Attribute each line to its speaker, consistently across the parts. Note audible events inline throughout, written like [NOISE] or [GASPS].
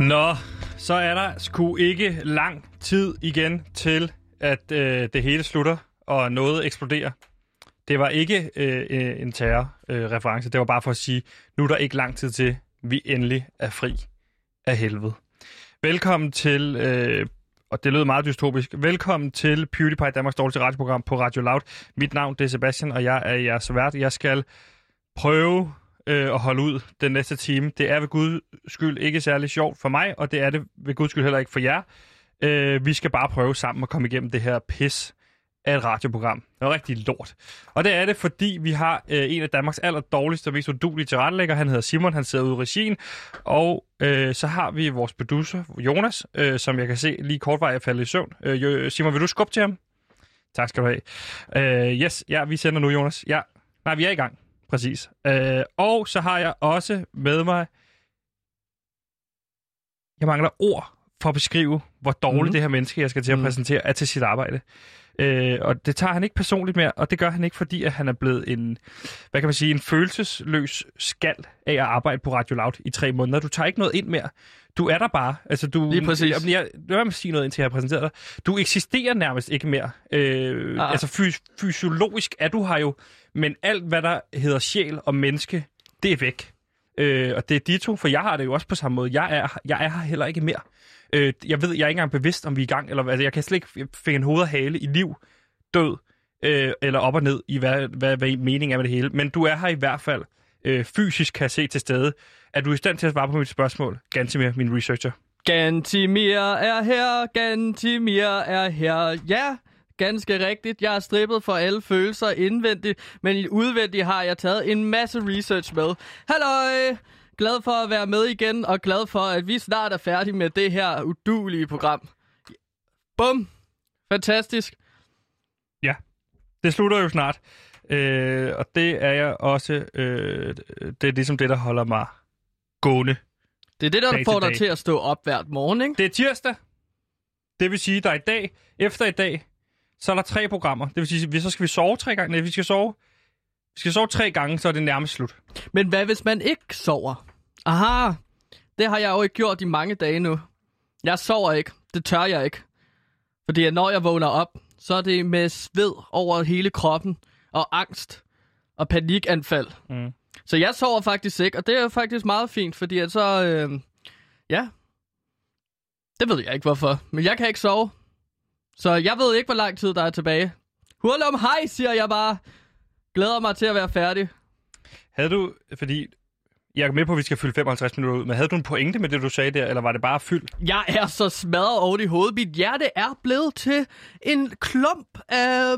Speaker 1: Nå, så er der sgu ikke lang tid igen til, at øh, det hele slutter og noget eksploderer. Det var ikke øh, øh, en terrorreference, øh, reference. det var bare for at sige, nu er der ikke lang tid til, vi endelig er fri af helvede. Velkommen til, øh, og det lød meget dystopisk, velkommen til PewDiePie, Danmarks dårligste radioprogram på Radio Loud. Mit navn det er Sebastian, og jeg er jeres vært. Jeg skal prøve øh, at holde ud den næste time. Det er ved Guds skyld ikke særlig sjovt for mig, og det er det ved Guds skyld heller ikke for jer. Øh, vi skal bare prøve sammen at komme igennem det her pis af et radioprogram. Det er rigtig lort. Og det er det, fordi vi har øh, en af Danmarks aller dårligste og mest udulige tilrettelægger. Han hedder Simon, han sidder ude i regien. Og øh, så har vi vores producer, Jonas, øh, som jeg kan se lige kort vej er faldet i søvn. Øh, jo- Simon, vil du skubbe til ham? Tak skal du have. Øh, yes, ja, vi sender nu, Jonas. Ja, nej, vi er i gang. Præcis. Øh, og så har jeg også med mig... Jeg mangler ord for at beskrive, hvor dårligt mm. det her menneske, jeg skal til at præsentere, er til sit arbejde. Øh, og det tager han ikke personligt mere, og det gør han ikke, fordi at han er blevet en, hvad kan man sige, en følelsesløs skal af at arbejde på Radio Loud i tre måneder. Du tager ikke noget ind mere. Du er der bare. Altså, du,
Speaker 2: Lige præcis.
Speaker 1: Jeg, jeg, lad være med at sige noget, indtil jeg har præsenteret dig. Du eksisterer nærmest ikke mere. Øh,
Speaker 2: Ah.
Speaker 1: altså, fys- fysiologisk er du her jo, men alt, hvad der hedder sjæl og menneske, det er væk. Øh, og det er de to, for jeg har det jo også på samme måde. Jeg er, jeg er her heller ikke mere. Øh, jeg ved, jeg er ikke engang bevidst, om vi er i gang, eller hvad. altså, jeg kan slet ikke finde hoved og hale i liv, død, øh, eller op og ned i, hvad, hvad, hvad meningen er med det hele. Men du er her i hvert fald. Øh, fysisk kan jeg se til stede. Er du i stand til at svare på mit spørgsmål? Gansimir, min researcher.
Speaker 2: Gantimir er her, Gantimir er her, ja. Ganske rigtigt, jeg er strippet for alle følelser indvendigt, men udvendigt har jeg taget en masse research med. Halløj! Glad for at være med igen, og glad for, at vi snart er færdige med det her udulige program. Bum! Fantastisk.
Speaker 1: Det slutter jo snart. Øh, og det er jeg også... Øh, det er ligesom det, der holder mig gående.
Speaker 2: Det er det, der
Speaker 1: Dag til
Speaker 2: får dig
Speaker 1: dag.
Speaker 2: til at stå op hvert morgen, ikke?
Speaker 1: Det er tirsdag. Det vil sige, der er i dag, efter i dag, så er der tre programmer. Det vil sige, vi- så skal vi sove tre gange. Nej, vi skal sove, vi skal sove tre gange, så er det nærmest slut.
Speaker 2: Men hvad hvis man ikke sover? Aha, det har jeg jo ikke gjort i mange dage nu. Jeg sover ikke, det tør jeg ikke. Fordi at når jeg vågner op, så er det med sved over hele kroppen, og angst, og panikanfald.
Speaker 1: Mm.
Speaker 2: Så jeg sover faktisk ikke, og det er jo faktisk meget fint, fordi at så, øh, ja, det ved jeg ikke hvorfor, men jeg kan ikke sove. Så jeg ved ikke, hvor lang tid der er tilbage. Hurlum hej, siger jeg bare. Glæder mig til at være færdig.
Speaker 1: Havde du, fordi jeg er med på, at vi skal fylde 55 minutter ud, men havde du en pointe med det, du sagde der, eller var det bare fyld?
Speaker 2: Jeg er så smadret oven i hovedet. Mit hjerte er blevet til en klump af...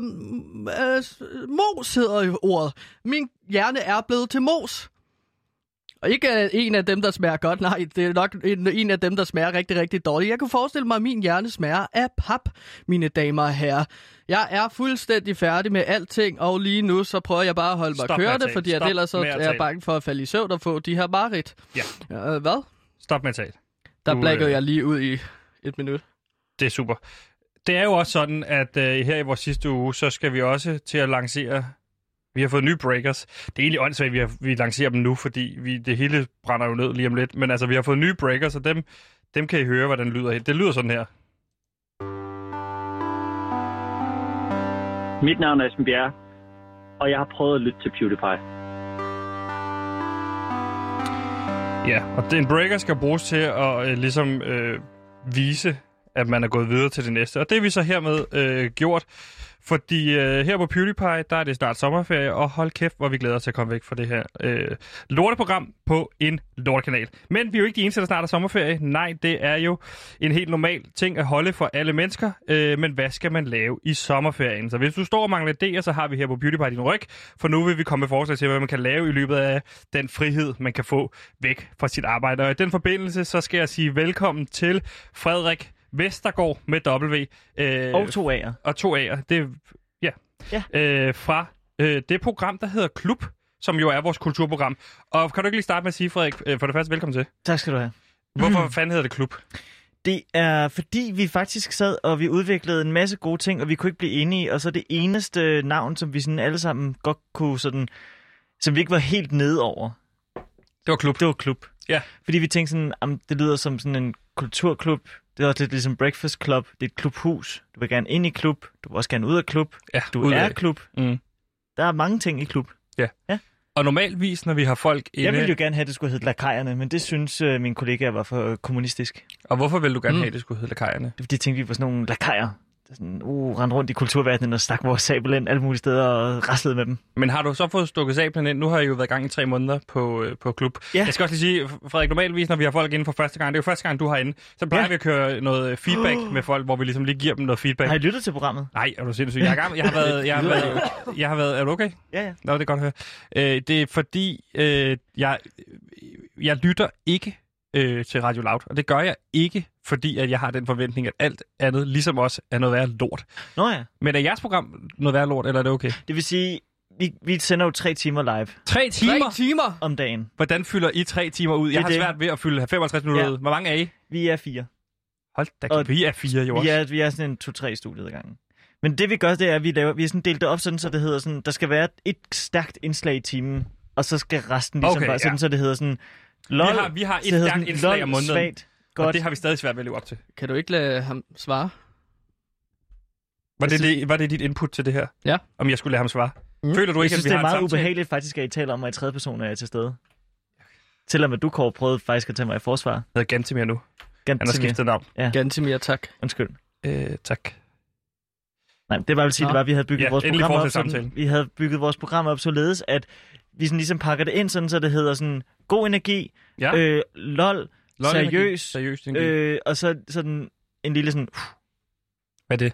Speaker 2: af s- mos hedder jo ordet. Min hjerne er blevet til mos. Og ikke øh, en af dem, der smager godt. Nej, det er nok en, en af dem, der smager rigtig, rigtig dårligt. Jeg kunne forestille mig, at min hjerne smager af pap, mine damer og herrer. Jeg er fuldstændig færdig med alting, og lige nu så prøver jeg bare at holde mig
Speaker 1: Stop med at
Speaker 2: kørende,
Speaker 1: tale.
Speaker 2: fordi at
Speaker 1: Stop
Speaker 2: ellers så
Speaker 1: med at
Speaker 2: er jeg
Speaker 1: tale.
Speaker 2: bange for at falde i søvn og få de her mareridt.
Speaker 1: Ja.
Speaker 2: Øh, hvad?
Speaker 1: Stop med at tale.
Speaker 2: Der
Speaker 1: Du,
Speaker 2: blankede
Speaker 1: øh,
Speaker 2: jeg lige ud i et minut.
Speaker 1: Det er super. Det er jo også sådan, at øh, her i vores sidste uge, så skal vi også til at lancere... Vi har fået nye breakers. Det er egentlig åndssvagt, at vi, har, vi lancerer dem nu, fordi vi, det hele brænder jo ned lige om lidt. Men altså, vi har fået nye breakers, og dem, dem kan I høre, hvordan lyder her. Det lyder sådan her.
Speaker 3: Mit navn er Esben Bjerre, og jeg har prøvet at lytte til PewDiePie.
Speaker 1: Ja, og det, en breaker skal bruges til at øh, ligesom øh, vise, at man er gået videre til det næste. Og det er vi så hermed øh, gjort, fordi øh, her på PewDiePie, der er det snart sommerferie, og hold kæft, hvor vi glæder os til at komme væk fra det her øh, lorteprogram på en lortekanal. Men vi er jo ikke de eneste, der snart er sommerferie. Nej, det er jo en helt normal ting at holde for alle mennesker, øh, men hvad skal man lave i sommerferien? Så hvis du står og mangler idéer, så har vi her på PewDiePie din ryg, for nu vil vi komme med forslag til, hvad man kan lave i løbet af den frihed, man kan få væk fra sit arbejde. Og i den forbindelse, så skal jeg sige velkommen til Frederik Vestergaard med W. Øh,
Speaker 4: Og to A'er.
Speaker 1: og to A'er. Det, ja. ja. Øh, fra øh, det program, der hedder Klub, som jo er vores kulturprogram. Og kan du ikke lige starte med at sige, Frederik, øh, for det første velkommen til.
Speaker 4: Tak skal du have.
Speaker 1: Hvorfor fanden hedder det Klub?
Speaker 4: Det er fordi, vi faktisk sad, og vi udviklede en masse gode ting, og vi kunne ikke blive enige. Og så det eneste navn, som vi sådan alle sammen godt kunne sådan... Som vi ikke var helt nede over,
Speaker 1: Det var Klub.
Speaker 4: det var klub.
Speaker 1: Ja.
Speaker 4: Fordi vi tænkte sådan, jamen, det lyder som sådan en kulturklub. Det er også lidt ligesom Breakfast Club. Det er et klubhus. Du vil gerne ind i klub. Du vil også gerne ud af klub.
Speaker 1: Ja,
Speaker 4: Du
Speaker 1: ud
Speaker 4: er
Speaker 1: af.
Speaker 4: klub.
Speaker 1: Mm.
Speaker 4: Der er mange ting i klub.
Speaker 1: Og normalvis, når vi har folk inde...
Speaker 4: Jeg ville jo gerne have, at det skulle hedde Lakajerne, men det synes øh, mine kollegaer var for øh, kommunistisk. Det
Speaker 1: Og hvorfor vil du gerne
Speaker 2: Mm.
Speaker 1: mm. have, at det skulle hedde Lakajerne?
Speaker 4: er fordi, jeg tænkte, vi var sådan nogle lakajer. der Sådan, uh, rendte rundt i kulturverdenen og stak vores sabel ind alle mulige steder og raslede med dem.
Speaker 1: Men har du så fået stukket sablen ind? Nu har I jo været i gang i tre måneder på, øh, på klub.
Speaker 4: Ja.
Speaker 1: Jeg skal også lige sige, Frederik, normalvis, når vi har folk inde for første gang, det er jo første gang, du har inde, så plejer
Speaker 4: Ja.
Speaker 1: ja. vi at køre noget øh, feedback
Speaker 4: [GASPS]
Speaker 1: med folk, hvor vi ligesom lige giver dem noget feedback.
Speaker 4: Har I lyttet til programmet?
Speaker 1: Nej, er du sindssyg? Jeg, er gammel. jeg har været... Jeg har været, jeg har været er du okay?
Speaker 4: Ja, ja.
Speaker 1: Nå, det er godt at høre. Øh, det er fordi, øh, jeg, jeg lytter ikke øh, til Radio Loud, og det gør jeg ikke, fordi at jeg har den forventning, at alt andet, ligesom os, er noget værre lort.
Speaker 4: Nå ja.
Speaker 1: Men er jeres program noget værre lort, eller er det okay?
Speaker 4: Det vil sige, vi, vi sender jo tre timer live
Speaker 1: Tre
Speaker 2: Tre
Speaker 1: timer!
Speaker 2: timer.
Speaker 4: om dagen.
Speaker 1: Hvordan fylder I tre timer ud?
Speaker 4: Det
Speaker 1: Jeg
Speaker 4: er
Speaker 1: har
Speaker 4: det.
Speaker 1: svært ved at fylde 55 minutter
Speaker 4: Ja.
Speaker 1: ud. Hvor mange er I?
Speaker 4: Vi er fire.
Speaker 1: Hold da,
Speaker 4: Og-
Speaker 1: kæft, vi er fire jo
Speaker 4: Vi
Speaker 1: også.
Speaker 4: er, vi er sådan en to-tre studiet ad gangen. Men det vi gør, det er, at vi, laver, vi har sådan delt det op, sådan, så det hedder sådan, der skal være et stærkt indslag i timen, og så skal resten ligesom okay,
Speaker 1: Okay,
Speaker 4: være sådan,
Speaker 1: ja.
Speaker 4: så det hedder sådan, lol,
Speaker 1: Vi har, vi har et
Speaker 4: så hedder
Speaker 1: stærkt
Speaker 4: sådan,
Speaker 1: indslag
Speaker 4: lol,
Speaker 1: om måneden,
Speaker 4: Svagt,
Speaker 1: og
Speaker 4: godt.
Speaker 1: det har vi stadig svært ved at leve op til.
Speaker 2: Kan du ikke lade ham svare?
Speaker 1: Var
Speaker 4: Jeg
Speaker 1: det, det, var det dit input til det her?
Speaker 2: Ja.
Speaker 1: Om jeg skulle lade ham svare?
Speaker 2: Mm.
Speaker 1: Føler du
Speaker 4: Jeg
Speaker 1: ikke,
Speaker 4: synes,
Speaker 1: at vi
Speaker 4: det er
Speaker 1: har en
Speaker 4: meget
Speaker 1: samtale?
Speaker 4: ubehageligt faktisk, at I taler om mig i tredje person, når jeg er til stede. Selvom at du, Kåre, prøvede faktisk at tage mig i forsvar.
Speaker 1: Jeg hedder Gantemir nu.
Speaker 4: Ganske
Speaker 1: Han har skiftet navn.
Speaker 2: Gantemir, tak.
Speaker 4: Undskyld.
Speaker 1: Øh, tak.
Speaker 4: Nej, det var vel sige,
Speaker 2: Nå.
Speaker 4: det var, at vi havde bygget
Speaker 1: Ja,
Speaker 4: vores
Speaker 1: endelig
Speaker 4: program op
Speaker 1: fortsæt
Speaker 4: sådan,
Speaker 1: samtalen.
Speaker 4: vi havde bygget vores program op således, at vi sådan ligesom pakker det ind sådan, så det hedder sådan god energi,
Speaker 1: Ja.
Speaker 4: ja. øh, lol,
Speaker 1: Lol,
Speaker 4: seriøs,
Speaker 1: Seriøs, øh,
Speaker 4: øh, og så sådan en lille sådan, uh,
Speaker 1: Hvad er det?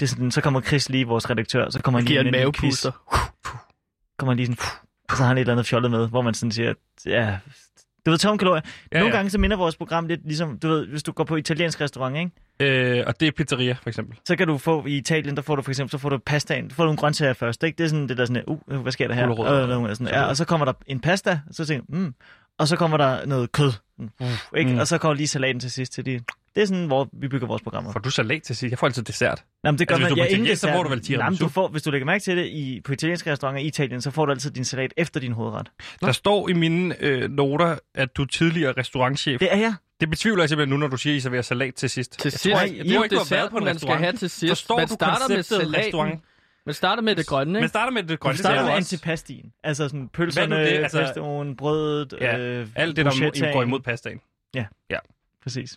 Speaker 4: det er sådan, så kommer Chris lige, vores redaktør, så kommer
Speaker 2: Man
Speaker 4: han lige
Speaker 2: giver
Speaker 4: med
Speaker 2: en
Speaker 4: lille
Speaker 2: mavepuster.
Speaker 4: quiz, kommer han lige sådan, uh, og så har han et eller andet fjollet med, hvor man sådan siger, ja, du ved, tom kalorier. Ja,
Speaker 1: Ja,
Speaker 4: Nogle ja.
Speaker 1: ja.
Speaker 4: gange så minder vores program lidt ligesom, du ved, hvis du går på italiensk restaurant, ikke?
Speaker 1: Øh, og det er pizzeria, for eksempel.
Speaker 4: så kan du få i Italien, der får du for eksempel, så får du pastaen, så får du en grøntsager først, ikke? Det er sådan det der sådan, uh, hvad sker der her?
Speaker 1: Gulerødder.
Speaker 4: Og, noget, sådan, ja, og så kommer der en pasta, og så tænker jeg, mm, og så kommer der noget kød, uh, ikke? Mm.
Speaker 1: Mm.
Speaker 4: Og så kommer lige salaten til sidst til de. Det er sådan, hvor vi bygger vores programmer.
Speaker 1: Får du salat til sidst? Jeg får altid dessert.
Speaker 4: Nå, men det gør
Speaker 1: Altså, hvis
Speaker 4: man,
Speaker 1: du er på
Speaker 4: ja, inden
Speaker 1: italiensk, så
Speaker 4: desserten.
Speaker 1: får du vel tiramisu?
Speaker 4: Nå, men du får, hvis du lægger mærke til det i, på italienske restauranter i Italien, så får du altid din salat efter din hovedret.
Speaker 1: Der står i mine øh, noter, at du er tidligere restaurantchef. Det,
Speaker 4: Det er jeg.
Speaker 1: det betvivler jeg simpelthen nu, når du siger, at I serverer salat til sidst.
Speaker 2: Til sidst.
Speaker 1: tror
Speaker 2: Tror,
Speaker 1: ikke-
Speaker 2: jeg,
Speaker 1: jeg tror ikke, du har
Speaker 2: det er
Speaker 1: været på en
Speaker 2: man skal
Speaker 1: restaurant.
Speaker 2: have til sidst.
Speaker 1: Forstår
Speaker 2: man
Speaker 1: du
Speaker 2: starter med
Speaker 1: konceptet
Speaker 2: salaten.
Speaker 1: restaurant?
Speaker 2: Man starter med det grønne,
Speaker 1: Men
Speaker 2: ikke?
Speaker 1: starter med det
Speaker 4: Du
Speaker 1: grønne.
Speaker 4: starter med
Speaker 1: jo også-
Speaker 4: antipastien. Altså sådan pølserne,
Speaker 1: Hvad er nu
Speaker 4: det?
Speaker 1: det?
Speaker 4: Altså,
Speaker 1: Altså-
Speaker 4: pestoen, brødet,
Speaker 1: Ja,
Speaker 4: øh,
Speaker 1: Alt det, der
Speaker 4: bruschettaen.
Speaker 1: går imod pastaen.
Speaker 4: Præcis.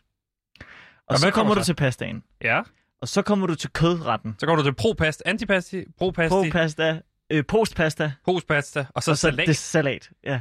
Speaker 4: Og,
Speaker 1: Og
Speaker 4: så
Speaker 1: hvad
Speaker 4: kommer,
Speaker 1: kommer
Speaker 4: du
Speaker 1: så?
Speaker 4: til pastaen.
Speaker 1: Ja.
Speaker 4: Og så kommer du til kødretten.
Speaker 1: Så går du til pro-past, antipasti, pro-pasti,
Speaker 4: Pro-pasta, øh, postpasta,
Speaker 1: post-pasta, og så,
Speaker 4: og så
Speaker 1: salat.
Speaker 4: det salat. Ja.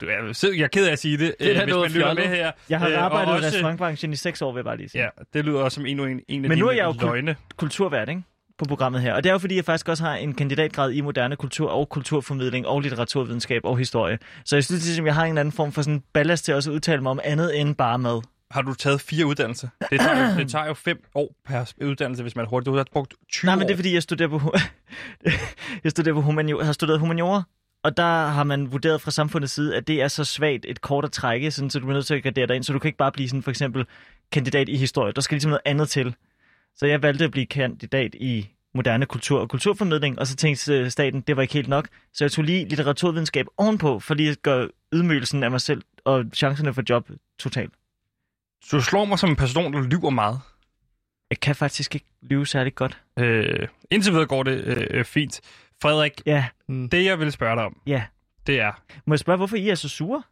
Speaker 1: Du, jeg, er sid- jeg er ked af at sige det,
Speaker 2: Det er
Speaker 1: øh,
Speaker 2: da
Speaker 1: hvis
Speaker 2: noget
Speaker 1: man lytter
Speaker 2: fjollet.
Speaker 1: med her.
Speaker 4: Jeg har
Speaker 1: Øh, og
Speaker 4: arbejdet i
Speaker 1: også-
Speaker 4: restaurantbranchen i seks år, vil jeg bare lige sige.
Speaker 1: Ja, det lyder også som endnu en, en af
Speaker 4: Men
Speaker 1: dine
Speaker 4: nu er jeg jo kun-
Speaker 1: løgne.
Speaker 4: Kulturvært, ikke? på programmet her. Og det er jo fordi, jeg faktisk også har en kandidatgrad i moderne kultur og kulturformidling og litteraturvidenskab og historie. Så jeg synes ligesom, jeg har en eller anden form for sådan ballast til også at udtale mig om andet end bare mad.
Speaker 1: Har du taget fire uddannelser? Det tager, jo, det tager jo fem år per uddannelse, hvis man er hurtigt. Du har brugt 20
Speaker 4: Nej, men det er
Speaker 1: år.
Speaker 4: fordi, jeg studerer på, hu- [LAUGHS] jeg studerer på humaniora, har studeret humaniora, og der har man vurderet fra samfundets side, at det er så svagt et kort at trække, sådan, så du er nødt til at gradere dig ind, så du kan ikke bare blive sådan, for eksempel kandidat i historie. Der skal ligesom noget andet til. Så jeg valgte at blive kandidat i moderne kultur og kulturformidling, og så tænkte øh, staten, det var ikke helt nok. Så jeg tog lige litteraturvidenskab ovenpå, for lige at gøre ydmygelsen af mig selv og chancerne for job totalt.
Speaker 1: Du slår mig som en person, der lyver meget.
Speaker 4: Jeg kan faktisk ikke lyve særlig godt.
Speaker 1: Øh, indtil videre går det øh, øh, fint. Frederik,
Speaker 4: Ja,
Speaker 1: det jeg vil spørge dig om,
Speaker 4: ja.
Speaker 1: det er...
Speaker 4: Må jeg spørge, hvorfor I er så sure?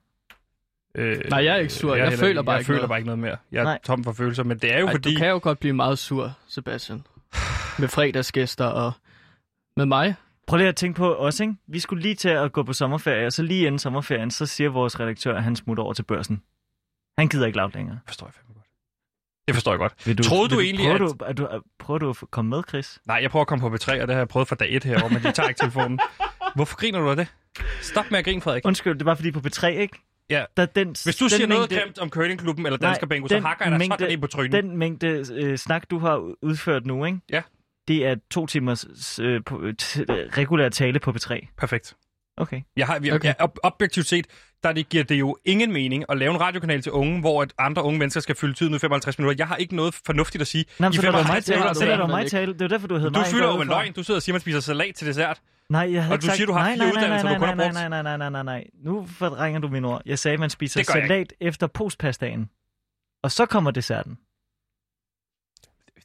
Speaker 1: Øh,
Speaker 2: Nej, jeg er ikke sur. Jeg
Speaker 1: heller-
Speaker 2: føler bare
Speaker 1: jeg
Speaker 2: ikke
Speaker 1: føler
Speaker 2: noget.
Speaker 1: bare ikke noget mere. Jeg er
Speaker 4: Nej.
Speaker 1: Nej. tom for følelser, men det er jo
Speaker 2: Ej,
Speaker 1: fordi...
Speaker 2: Du kan jo godt blive meget sur, Sebastian. Med fredagsgæster og med mig.
Speaker 4: Prøv lige at tænke på os, ikke? Vi skulle lige til at gå på sommerferie, og så lige inden sommerferien, så siger vores redaktør, at han smutter over til børsen. Han gider ikke lavt længere.
Speaker 1: Det forstår jeg fandme godt. Det forstår jeg godt.
Speaker 4: Vil
Speaker 1: Troede du egentlig,
Speaker 4: prøver
Speaker 1: at-
Speaker 4: Du, at du, at- prøver du at få- komme med, Chris?
Speaker 1: Nej, jeg prøver at komme på B3, og det har jeg prøvet fra dag 1 herovre, men de tager ikke telefonen. [LAUGHS] Hvorfor griner du af det? Stop med at grine, Frederik.
Speaker 4: Undskyld, det var fordi på P3, ikke?
Speaker 1: Ja.
Speaker 4: Der er den,
Speaker 1: Hvis du
Speaker 4: den
Speaker 1: siger noget
Speaker 4: mængde,
Speaker 1: grimt om curlingklubben eller
Speaker 4: Nej,
Speaker 1: Dansker Bingo, så
Speaker 4: den
Speaker 1: hakker jeg dig
Speaker 4: mængde-
Speaker 1: sådan ind på trynet.
Speaker 4: Den mængde øh, snak, du har udført nu, ikke?
Speaker 1: Ja.
Speaker 4: Det er to timers øh, på, øh, t- øh, regulær tale på P3.
Speaker 1: Perfekt.
Speaker 4: Okay.
Speaker 1: Jeg har, jeg,
Speaker 2: Okay.
Speaker 1: okay. jeg, ob, objektivt set, der det, giver det jo ingen mening at lave en radiokanal til unge, hvor at andre unge mennesker skal fylde tiden ud i 55 minutter. Jeg har ikke noget fornuftigt at sige.
Speaker 4: Nå, men
Speaker 1: I
Speaker 4: så lader du mig
Speaker 1: 55
Speaker 4: tale.
Speaker 1: minutter,
Speaker 4: Så
Speaker 1: så-
Speaker 4: lader du
Speaker 2: man
Speaker 4: mig
Speaker 2: ikke.
Speaker 4: tale. Det var derfor, du hed mig.
Speaker 1: Du fylder
Speaker 4: går
Speaker 1: jo
Speaker 4: ud
Speaker 1: en
Speaker 4: fra.
Speaker 1: løgn. Du sidder og siger, at man spiser salat til dessert.
Speaker 4: Nej, jeg havde
Speaker 1: Og
Speaker 4: ikke
Speaker 1: du
Speaker 4: sagt,
Speaker 1: siger, du har
Speaker 4: nej,
Speaker 1: fire
Speaker 4: nej, nej,
Speaker 1: uddannelser,
Speaker 4: nej,
Speaker 1: du kun har
Speaker 4: nej,
Speaker 1: brugt.
Speaker 4: nej, nej, nej, nej, nej, nej. Nu forrænger du mine ord. Jeg sagde, at man spiser
Speaker 1: Det gør jeg
Speaker 4: salat efter postpastaen. Og så kommer desserten.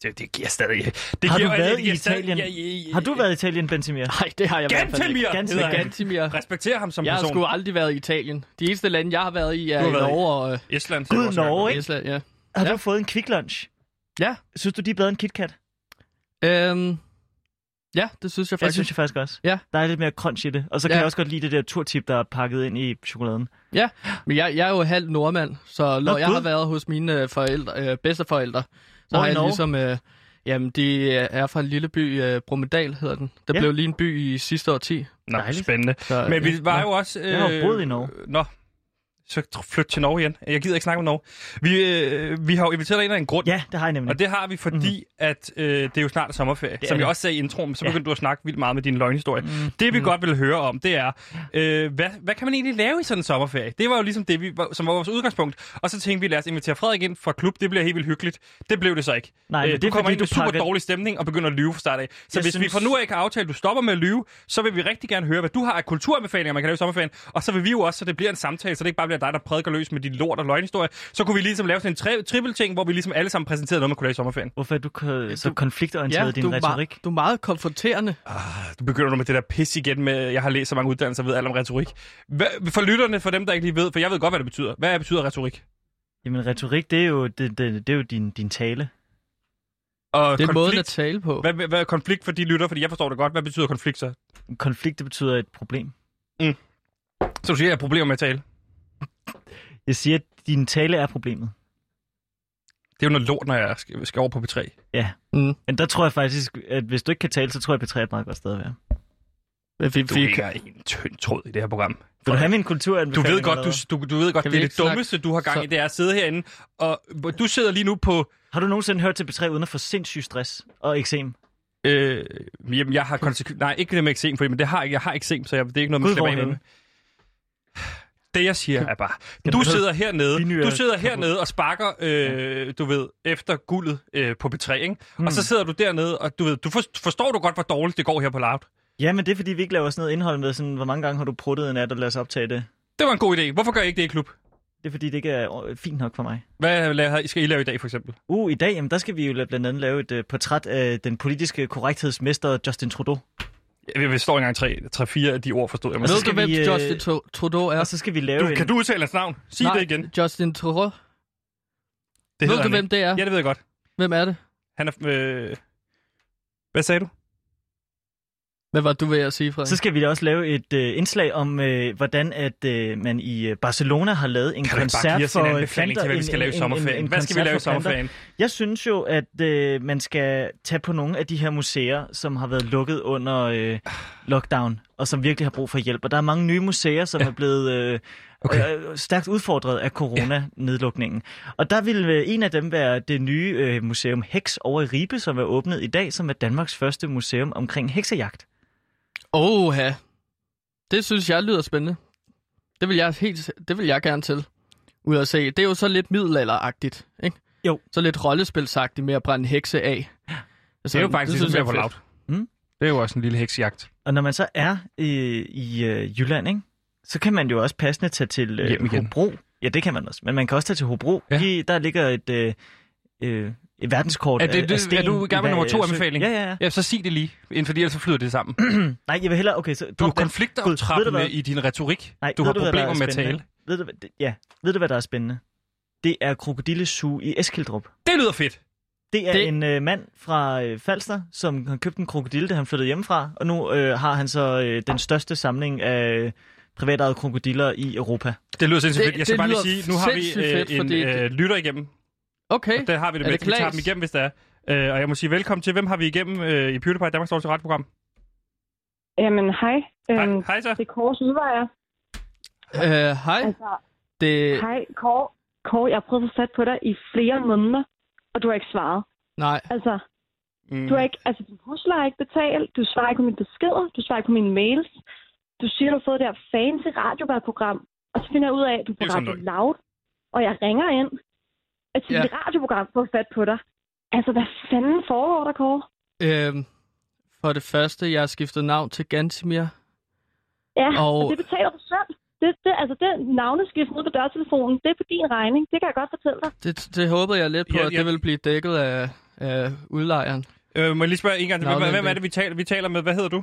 Speaker 1: Det, det giver stadig... Det
Speaker 4: Har du
Speaker 1: giver,
Speaker 4: været
Speaker 1: det
Speaker 4: i
Speaker 1: giver stadig-
Speaker 4: Italien?
Speaker 1: Ja, ja, ja.
Speaker 4: Har du været i Italien, Benzimir?
Speaker 2: Nej, det har jeg i hvert fald ikke.
Speaker 1: Gantemir
Speaker 4: Gantemir.
Speaker 1: hedder han.
Speaker 2: Gantemir.
Speaker 1: Respekter ham som
Speaker 2: Jeg har
Speaker 1: person.
Speaker 2: sgu aldrig været i Italien. De eneste lande, jeg har været i, er
Speaker 1: Du har været i-
Speaker 2: Norge og øh,
Speaker 1: Estland.
Speaker 4: Gud,
Speaker 1: ser også
Speaker 4: Norge,
Speaker 1: godt ud.
Speaker 4: ikke?
Speaker 2: Island. Ja.
Speaker 4: Har du fået en quick lunch?
Speaker 2: Ja.
Speaker 4: Synes du, de er bedre end KitKat?
Speaker 2: Øhm, ja, det synes jeg
Speaker 4: Ja, det
Speaker 2: faktisk.
Speaker 4: synes jeg faktisk også.
Speaker 2: Ja.
Speaker 4: Der er lidt mere crunch i det. Og så kan
Speaker 2: Ja.
Speaker 4: jeg også godt lide det der turtip, der er pakket ind i chokoladen.
Speaker 2: Ja, men jeg, jeg er jo halv nordmand, så når
Speaker 4: Nå,
Speaker 2: jeg
Speaker 4: gud.
Speaker 2: har været hos mine øh, forældre, øh, bedsteforældre, så
Speaker 4: Hvor
Speaker 2: har
Speaker 4: i
Speaker 2: jeg
Speaker 4: Norge?
Speaker 2: ligesom... Øh, jamen, de øh, er fra en lille by, øh, Brummedal hedder den. Der
Speaker 4: Ja.
Speaker 2: ja. blev lige en by i sidste årti.
Speaker 1: Nå,
Speaker 4: Dejligt.
Speaker 1: spændende.
Speaker 2: Så,
Speaker 1: Men vi var
Speaker 2: ja.
Speaker 1: jo også... Øh,
Speaker 4: Jeg har jo boet i Norge.
Speaker 1: øh, Nå, så tr- flyt til Norge igen. Jeg gider ikke snakke om Norge. Vi, øh, vi har jo inviteret dig ind af en grund.
Speaker 4: Ja, det har jeg nemlig.
Speaker 1: Og det har vi, fordi mm. at øh, det er jo snart sommerferie.
Speaker 4: er
Speaker 1: Som jeg
Speaker 4: det.
Speaker 1: også sagde i introen, så
Speaker 4: Ja. Mhm.
Speaker 1: begyndte du at snakke vildt meget med din løgnhistorie. Mm. Det vi mm. godt vil høre om, det er, øh, hvad, hvad kan man egentlig lave i sådan en sommerferie? Det var jo ligesom det, vi, var- som var vores udgangspunkt. Og så tænkte vi, lad os invitere Frederik ind fra klub. Det bliver helt vildt hyggeligt. Det blev det så ikke. Øh,
Speaker 4: Nej, men det
Speaker 1: du
Speaker 4: er
Speaker 1: kommer
Speaker 4: fordi,
Speaker 1: ind i
Speaker 4: du
Speaker 1: super
Speaker 4: pakker-
Speaker 1: dårlig stemning og begynder at lyve fra start af. Så
Speaker 4: Jeg
Speaker 1: hvis vi
Speaker 4: synes-
Speaker 1: fra nu af kan aftale, at du stopper med at lyve, så vil vi rigtig gerne høre, hvad du har af kulturanbefalinger, man kan lave i sommerferien. Og så vil vi jo også, så det bliver en samtale, så det ikke bare bliver dig, der prædiker løs med din lort og løgnhistorie. Så kunne vi ligesom lave sådan en tri- triple ting, hvor vi ligesom alle sammen præsenterede noget, man kunne lave i sommerferien.
Speaker 4: Hvorfor er du ko- så
Speaker 2: Du-
Speaker 4: konfliktorienteret i din
Speaker 2: du, er
Speaker 4: retorik?
Speaker 2: Meget, du er meget konfronterende.
Speaker 1: Du begynder nu med det der pis igen med, jeg har læst så mange uddannelser og ved alt om retorik. Hva, for lytterne, for dem, der ikke lige ved, for jeg ved godt, hvad det betyder. Hvad betyder retorik?
Speaker 4: Jamen, retorik, det er jo, det, det, det er jo din, din tale.
Speaker 1: Og
Speaker 2: Det er måden at
Speaker 1: konflikt.
Speaker 2: tale på.
Speaker 1: Hvad, hvad, hvad er konflikt for de lytter? Fordi jeg forstår det godt. Hvad betyder konflikt så?
Speaker 4: En konflikt, det betyder et problem.
Speaker 1: Så du siger, jeg har problemer med at tale.
Speaker 4: Jeg siger, at din tale er problemet.
Speaker 1: Det er jo noget lort, når jeg skal, skal over på B3.
Speaker 2: Mm.
Speaker 4: Men der tror jeg faktisk, at hvis du ikke kan tale, så tror jeg, at P3 er et meget godt sted at være.
Speaker 2: Vi, vi,
Speaker 1: Du hænger en tynd tråd i det her program.
Speaker 4: Vil du
Speaker 1: Frederik,
Speaker 4: have min kultur?
Speaker 1: du ved godt, du, du, du ved godt
Speaker 2: Kan
Speaker 1: det er det
Speaker 2: vi ikke snakke-
Speaker 1: dummeste, du har gang i,
Speaker 2: så-
Speaker 1: det er at sidde herinde. Og du sidder lige nu på...
Speaker 4: Har du nogensinde hørt til P3 uden at få sindssyg stress og eksem?
Speaker 1: Øh, jamen, jeg har konsekvens... Nej, ikke det med eksem, fordi, men det har, jeg- jeg har eksem, så jeg, det er ikke noget, man
Speaker 4: Gud,
Speaker 1: slipper af med.
Speaker 4: hvorhenne?
Speaker 1: Det, jeg siger, er bare... Du
Speaker 4: du-
Speaker 1: sidder hernede,
Speaker 4: Binyre-
Speaker 1: du sidder hernede og sparker, øh, du ved, efter guldet øh, på B3, ikke? Og så sidder du dernede, og du ved, du for- forstår du godt, hvor dårligt det går her på Loud.
Speaker 4: Ja, men det er, fordi vi ikke laver sådan noget indhold med, sådan, hvor mange gange har du pruttet en nat, og lad os optage det.
Speaker 1: Det var en god idé. Hvorfor gør I ikke det i klub?
Speaker 4: Det er, fordi det ikke er øh, fint nok for mig.
Speaker 1: Hvad laver- skal I lave i dag, for eksempel?
Speaker 4: Uh, i dag, jamen, der skal vi jo la- blandt andet lave et uh, portræt af den politiske korrekthedsmester Justin Trudeau.
Speaker 1: Jeg forstår ikke engang 3-4 af de ord, forstod jeg. Men
Speaker 4: så
Speaker 2: Ved du,
Speaker 4: skal
Speaker 2: hvem
Speaker 4: vi, øh,
Speaker 2: Justin Tru- Trudeau er?
Speaker 4: Og så skal vi lave
Speaker 1: du,
Speaker 4: en...
Speaker 1: kan du udtale hans navn? Altså, Sig
Speaker 2: Nej,
Speaker 1: det igen.
Speaker 2: Justin Trudeau.
Speaker 1: Det
Speaker 2: Ved
Speaker 1: hedder
Speaker 2: du,
Speaker 1: han
Speaker 2: hvem
Speaker 1: ikke.
Speaker 2: det er?
Speaker 1: Ja, det ved jeg godt.
Speaker 2: Hvem er det?
Speaker 1: Han er... Øh... Hvad sagde du?
Speaker 2: Hvad var du ved at sige, Frederik?
Speaker 4: Så skal vi da også lave et øh, indslag om, øh, hvordan at øh, man i øh, Barcelona har lavet en
Speaker 1: Kan du ikke bare give
Speaker 4: koncert
Speaker 1: os en
Speaker 4: for øh,
Speaker 1: anbefaling til, hvad vi
Speaker 4: en-
Speaker 1: skal lave i
Speaker 4: en- en-
Speaker 1: sommerferien?
Speaker 4: en
Speaker 1: Hvad skal vi
Speaker 4: koncert
Speaker 1: lave i
Speaker 4: for planter?
Speaker 1: sommerferien?
Speaker 4: Jeg synes jo, at øh, man skal tage på nogle af de her museer, som har været lukket under øh, lockdown, og som virkelig har brug for hjælp. Og der er mange nye museer, som ja. er blevet øh,
Speaker 1: Okay.
Speaker 4: okay. øh, stærkt udfordret af corona-nedlukningen. Og der vil øh, en af dem være det nye øh, museum Heks over i Ribe, som er åbnet i dag, som er Danmarks første museum omkring heksejagt.
Speaker 2: Oha. Det synes jeg lyder spændende. Det vil jeg, helt, det vil jeg gerne til. Ud at se. Det er jo så lidt middelalderagtigt, ikke?
Speaker 4: Jo.
Speaker 2: Så lidt rollespilsagtigt med at brænde hekse af.
Speaker 1: Det
Speaker 2: Altså,
Speaker 1: er jo faktisk
Speaker 2: synes
Speaker 1: ligesom
Speaker 2: jeg
Speaker 1: her på
Speaker 2: er
Speaker 1: Loud.
Speaker 2: fedt.
Speaker 4: Mm.
Speaker 1: Det er jo også en lille heksjagt.
Speaker 4: Og når man så er øh, i øh, Jylland, ikke? så kan man jo også passende tage til
Speaker 1: Hjem
Speaker 4: øh,
Speaker 1: igen.
Speaker 4: Hobro. Ja, det kan man også. Men man kan også tage til Hobro.
Speaker 1: Ja.
Speaker 4: Ja. I, der ligger et, øh, øh, et verdenskort
Speaker 1: Er det-
Speaker 4: af-
Speaker 1: det- er
Speaker 4: af sten.
Speaker 1: du i gang med
Speaker 4: hver,
Speaker 1: nummer
Speaker 4: øh,
Speaker 1: to
Speaker 4: sø.
Speaker 1: anbefaling?
Speaker 4: Ja, ja, ja.
Speaker 1: Ja, så sig det lige, inden fordi ellers så flyder det sammen.
Speaker 4: Nej, jeg vil hellere... Okay, så
Speaker 1: Du
Speaker 4: drop den. Gud, ved du
Speaker 1: konfliktoptrappende
Speaker 4: hvad?
Speaker 1: i din retorik.
Speaker 4: Nej,
Speaker 1: Du
Speaker 4: ved
Speaker 1: har
Speaker 4: hvad der er
Speaker 1: problemer med at
Speaker 4: spændende?
Speaker 1: tale.
Speaker 4: Ved du, hvad- det- ja, ved du, hvad der er spændende? Det er krokodillesu i Eskildrup.
Speaker 1: Det lyder fedt.
Speaker 4: Det er
Speaker 2: Det-
Speaker 4: det... en øh, mand fra øh, Falster, som har købt en krokodille, da han flyttede hjemmefra, og nu øh, har han så øh, den største samling af privatejede krokodiller i Europa.
Speaker 1: Det lyder sindssygt
Speaker 2: Det-
Speaker 1: fedt. Jeg skal
Speaker 2: det
Speaker 1: bare lige
Speaker 2: lyder
Speaker 1: sige, nu har vi
Speaker 2: sindssygt
Speaker 1: øh,
Speaker 2: fedt,
Speaker 1: en
Speaker 2: fordi
Speaker 1: øh,
Speaker 2: det-
Speaker 1: lytter igennem.
Speaker 2: Okay.
Speaker 1: Og der har vi det
Speaker 2: Er
Speaker 1: med.
Speaker 2: det
Speaker 1: Vi tager
Speaker 2: Claes?
Speaker 1: dem igennem, hvis det er. Øh, og jeg må sige velkommen til. Hvem har vi igennem øh, i PewDiePie, Danmarks Dårligste Retprogram?
Speaker 5: Jamen, hej.
Speaker 1: Hej,
Speaker 5: Øhm,
Speaker 1: hej så.
Speaker 5: det er Kåres udvejer.
Speaker 2: Øh, hej.
Speaker 5: Altså,
Speaker 2: Det...
Speaker 5: hej, Kåre. Kåre, jeg har prøvet at få fat på dig i flere måneder, og du har ikke svaret.
Speaker 2: Nej.
Speaker 5: Altså,
Speaker 1: Mm.
Speaker 5: du har ikke, altså, din husleje er ikke betalt, du svarer ikke på mine beskeder, du svarer ikke på mine mails, du siger, du har fået det her fancy radioprogram, og så finder jeg ud af, at du er
Speaker 1: Det er
Speaker 5: på
Speaker 1: jo sådan
Speaker 5: Radio
Speaker 1: noget.
Speaker 5: Loud, og jeg ringer ind og til
Speaker 2: Ja.
Speaker 5: dit radioprogram for at få fat på dig. Altså, hvad fanden foregår der, Kåre?
Speaker 2: Øh, for det første, jeg har skiftet navn til Gantimir.
Speaker 5: Ja,
Speaker 2: Og-
Speaker 5: og... det betaler du selv. Det, det, altså, det navneskift nede på dørtelefonen, det er på din regning. Det kan jeg godt fortælle dig.
Speaker 2: Det, det håbede jeg lidt på,
Speaker 1: Ja,
Speaker 2: at
Speaker 1: ja.
Speaker 2: det ville blive dækket af, af udlejeren.
Speaker 1: Øh, må jeg lige spørge en gang til,
Speaker 2: Nå,
Speaker 1: hvem,
Speaker 2: men
Speaker 1: hvem er
Speaker 2: det-
Speaker 1: det, vi taler, vi taler med? Hvad hedder du?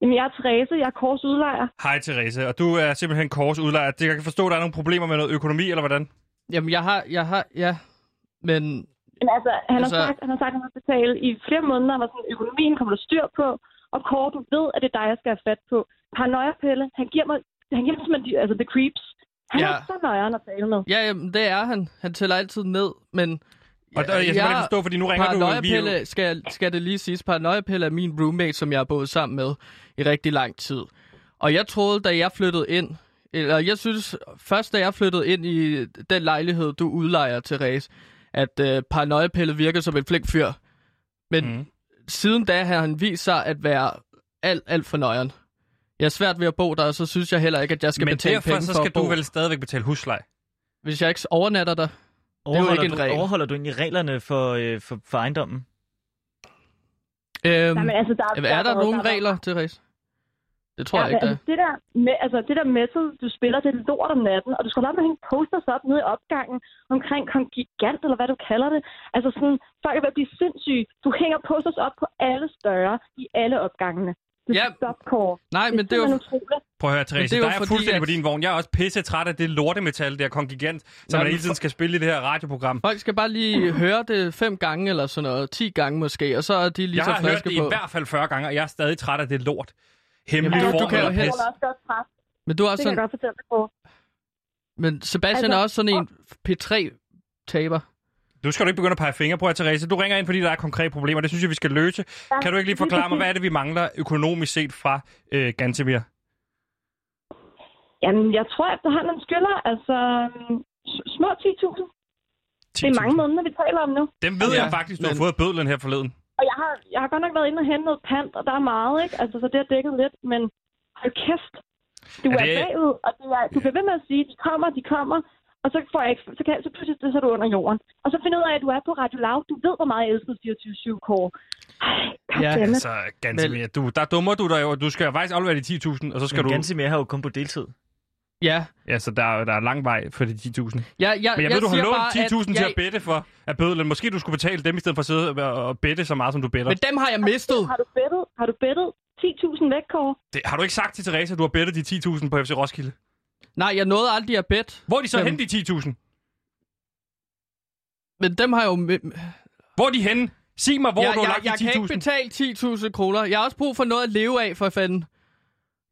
Speaker 5: Jamen, jeg er Therese, jeg er Kors udlejer.
Speaker 1: Hej, Therese, og du er simpelthen Kors udlejer. Jeg kan forstå, at der er nogle problemer med noget økonomi, eller hvordan?
Speaker 2: Jamen, jeg har, jeg har, ja, men
Speaker 5: Men altså, han, altså...
Speaker 2: Altså-
Speaker 5: Har sagt, han har sagt, at han vil betale i flere måneder, og var sådan, økonomien kommer der styr på, og Kåre, du ved, at det er dig, jeg skal have fat på. Paranoia-pille, han giver mig, han giver mig simpelthen de, altså, the creeps. Han
Speaker 2: Ja.
Speaker 5: er så nøjeren at tale med.
Speaker 2: ja, jamen, det er han. Han tæller altid ned, men...
Speaker 1: Og der, jeg skal bare lige forstå, fordi nu ringer du
Speaker 2: Paranoia-pille, skal, skal det lige siges, Paranoia-pille er min roommate, som jeg har boet sammen med i rigtig lang tid. Og jeg troede, da jeg flyttede ind, eller jeg synes, først da jeg flyttede ind i den lejlighed, du udlejer, Therese, at øh, Paranoia-pille virkede som en flink fyr. Men
Speaker 1: Mhm.
Speaker 2: mm. siden da har han vist sig at være alt, alt for nøjeren. Jeg er svært ved at bo der, og så synes jeg heller ikke, at jeg skal
Speaker 1: Men
Speaker 2: betale
Speaker 1: derfor
Speaker 2: penge
Speaker 1: så
Speaker 2: for
Speaker 1: skal
Speaker 2: at bo,
Speaker 1: du vel stadigvæk betale husleje.
Speaker 2: hvis jeg ikke overnatter der.
Speaker 4: Overholder,
Speaker 2: ikke en
Speaker 4: du,
Speaker 2: regel.
Speaker 4: overholder du egentlig reglerne for, øh, for, for ejendommen?
Speaker 2: Øhm,
Speaker 5: Jamen, altså, der,
Speaker 2: er der nogen regler, Therese? Det tror jeg ikke, der er.
Speaker 5: altså, det der, med, altså, det der metal, du spiller, det er lort om natten, og du skal lade med at hænge posters op nede i opgangen omkring kong gigant, eller hvad du kalder det. Altså sådan, folk er ved at blive sindssyge. Du hænger posters op på alle større i alle opgangene. Det
Speaker 2: Ja.
Speaker 5: er stop, Kåre.
Speaker 2: Nej, men det er jo...
Speaker 5: simpelthen utroligt.
Speaker 1: Prøv at høre, Therese,
Speaker 2: det er
Speaker 1: er
Speaker 2: jo
Speaker 1: der er jeg
Speaker 2: fordi,
Speaker 1: fuldstændig
Speaker 2: at-
Speaker 1: på din vogn. Jeg er også pisse træt af det lortemetal, der kongigant, som
Speaker 2: Jamen,
Speaker 1: man hele tiden skal spille i det her radioprogram.
Speaker 2: Folk skal bare
Speaker 5: [CLEARS THROAT]
Speaker 2: lige høre det fem gange eller sådan noget, ti gange måske, og så er de lige
Speaker 1: Jeg
Speaker 2: så
Speaker 1: har hørt
Speaker 2: friske
Speaker 1: det i
Speaker 2: på.
Speaker 1: hvert fald 40 gange, og jeg er stadig træt af det lort. Hemmelig
Speaker 2: Jamen,
Speaker 1: Jamen,
Speaker 2: du- du
Speaker 1: form
Speaker 2: kan jo
Speaker 1: eller pis.
Speaker 2: helst-
Speaker 5: Det er også godt træt.
Speaker 2: Men du er
Speaker 5: Det
Speaker 2: også
Speaker 5: kan jeg
Speaker 2: sådan,
Speaker 5: godt fortælle dig, Kåre.
Speaker 2: men Sebastian
Speaker 5: Altså,
Speaker 2: er også sådan en P3-taber.
Speaker 1: Du skal du ikke begynde at pege fingre på, Therese. Du ringer ind, fordi der er konkrete problemer. Det synes jeg, vi skal løse.
Speaker 5: Ja,
Speaker 1: Kan du ikke lige
Speaker 5: lige
Speaker 1: forklare mig,
Speaker 5: præcis.
Speaker 1: hvad er det, vi mangler økonomisk set fra øh, Gantemir?
Speaker 5: Jamen, jeg tror efterhånden, han skylder altså mm, s- små 10.000. Det er mange måneder, vi taler om nu.
Speaker 1: Dem ved
Speaker 2: Ja,
Speaker 1: jeg faktisk, du har
Speaker 2: men-
Speaker 1: fået bødlen her forleden.
Speaker 5: Og jeg har, jeg har godt nok været inde og hente noget pant, og der er meget, ikke? Altså, så det har dækket lidt, men hold kæft. Du
Speaker 1: Er
Speaker 5: er,
Speaker 1: det-
Speaker 5: bagud, og du, er, du bliver ved med at sige, de kommer, de kommer, og så får jeg ikke, så, kan, så pludselig så er du under jorden. Og så finder jeg ud af, at du er på Radio Loud. Du ved, hvor meget jeg elsker 24-7 kår.
Speaker 2: Ja,
Speaker 5: Ja, altså,
Speaker 1: Altså, Gantemir, du, der dummer du dig jo. Du skal faktisk aflevere de 10.000, og så skal
Speaker 4: Skal
Speaker 1: du...
Speaker 4: du... Gansimir har jo kun på deltid.
Speaker 2: Ja,
Speaker 1: Ja, så der, der er lang vej for de 10.000.
Speaker 2: ja, ja
Speaker 1: Men jeg, jeg ved, du har
Speaker 2: siger
Speaker 1: lånt
Speaker 2: bare,
Speaker 1: 10.000 til
Speaker 2: at jeg-
Speaker 1: at bette for at bødlen. Måske du skulle betale dem, i stedet for at sidde og- og bette så meget, som du better.
Speaker 2: Men dem har jeg
Speaker 5: Altså,
Speaker 2: mistet.
Speaker 5: har du bettet? Har du bettet? 10.000 væk, Kåre.
Speaker 1: Det, har du ikke sagt til Therese, at du har bettet de 10.000 på FC Roskilde?
Speaker 2: Nej, jeg nåede aldrig at bet.
Speaker 1: Hvor er de så
Speaker 2: Jamen.
Speaker 1: henne, de 10.000?
Speaker 2: Men dem har jeg jo... mi-
Speaker 1: Hvor er de henne? Sig mig, hvor
Speaker 2: jeg,
Speaker 1: du har
Speaker 2: jeg,
Speaker 1: lagt
Speaker 2: jeg kan ikke
Speaker 1: de 10.000.
Speaker 2: betale 10.000 kroner. Jeg har også brug for noget at leve af, for fanden.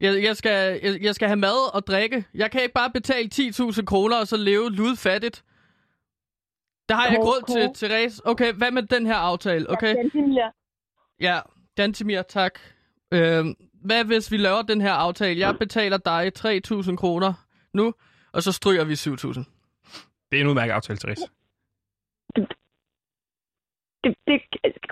Speaker 2: Jeg, jeg, skal, jeg, jeg skal have mad og drikke. Jeg kan ikke bare betale 10.000 kroner og så leve ludfattigt. Der har jeg ikke
Speaker 5: Kåre,
Speaker 2: råd til,
Speaker 5: Kåre.
Speaker 2: Therese. Okay, hvad med den her aftale? Okay,
Speaker 5: Jeg
Speaker 2: ja. Dantimir, tak. Øhm, hvad hvis vi laver den her aftale? Jeg betaler dig 3.000 kroner nu, og så stryger vi 7.000.
Speaker 1: Det er en udmærket aftale, Therese.
Speaker 5: det, det,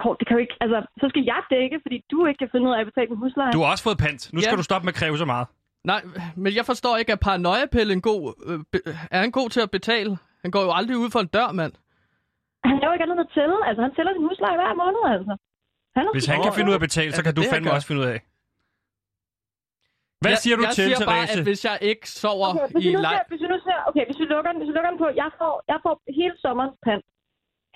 Speaker 5: Kåre, det kan jo ikke, altså, så skal jeg dække, fordi du ikke kan finde ud af at betale din husleje.
Speaker 1: Du har også fået pant. Nu skal
Speaker 2: Ja.
Speaker 1: du stoppe med at kræve så meget.
Speaker 2: Nej, men jeg forstår ikke, at paranoiapille en god, øh, be- er han god til at betale? Han går jo aldrig ud for en dør, mand.
Speaker 5: Han laver ikke andet end at tælle. Altså, han tæller din husleje hver måned, altså. Han er
Speaker 1: Hvis
Speaker 5: sgu
Speaker 1: han kan
Speaker 5: bedre.
Speaker 1: finde ud af at betale, så
Speaker 2: Er
Speaker 1: kan
Speaker 2: det
Speaker 1: du
Speaker 2: det, han
Speaker 1: fandme
Speaker 2: gør?
Speaker 1: også finde ud af. Hvad siger du
Speaker 2: jeg,
Speaker 1: til,
Speaker 2: jeg siger bare,
Speaker 1: Therese?
Speaker 2: at hvis jeg ikke sover
Speaker 5: Okay,
Speaker 2: okay,
Speaker 5: hvis,
Speaker 2: i
Speaker 5: vi nu
Speaker 2: leg...
Speaker 5: ser, hvis vi nu ser, okay, hvis vi lukker den, hvis vi lukker den på, jeg får, jeg får hele sommerens pant.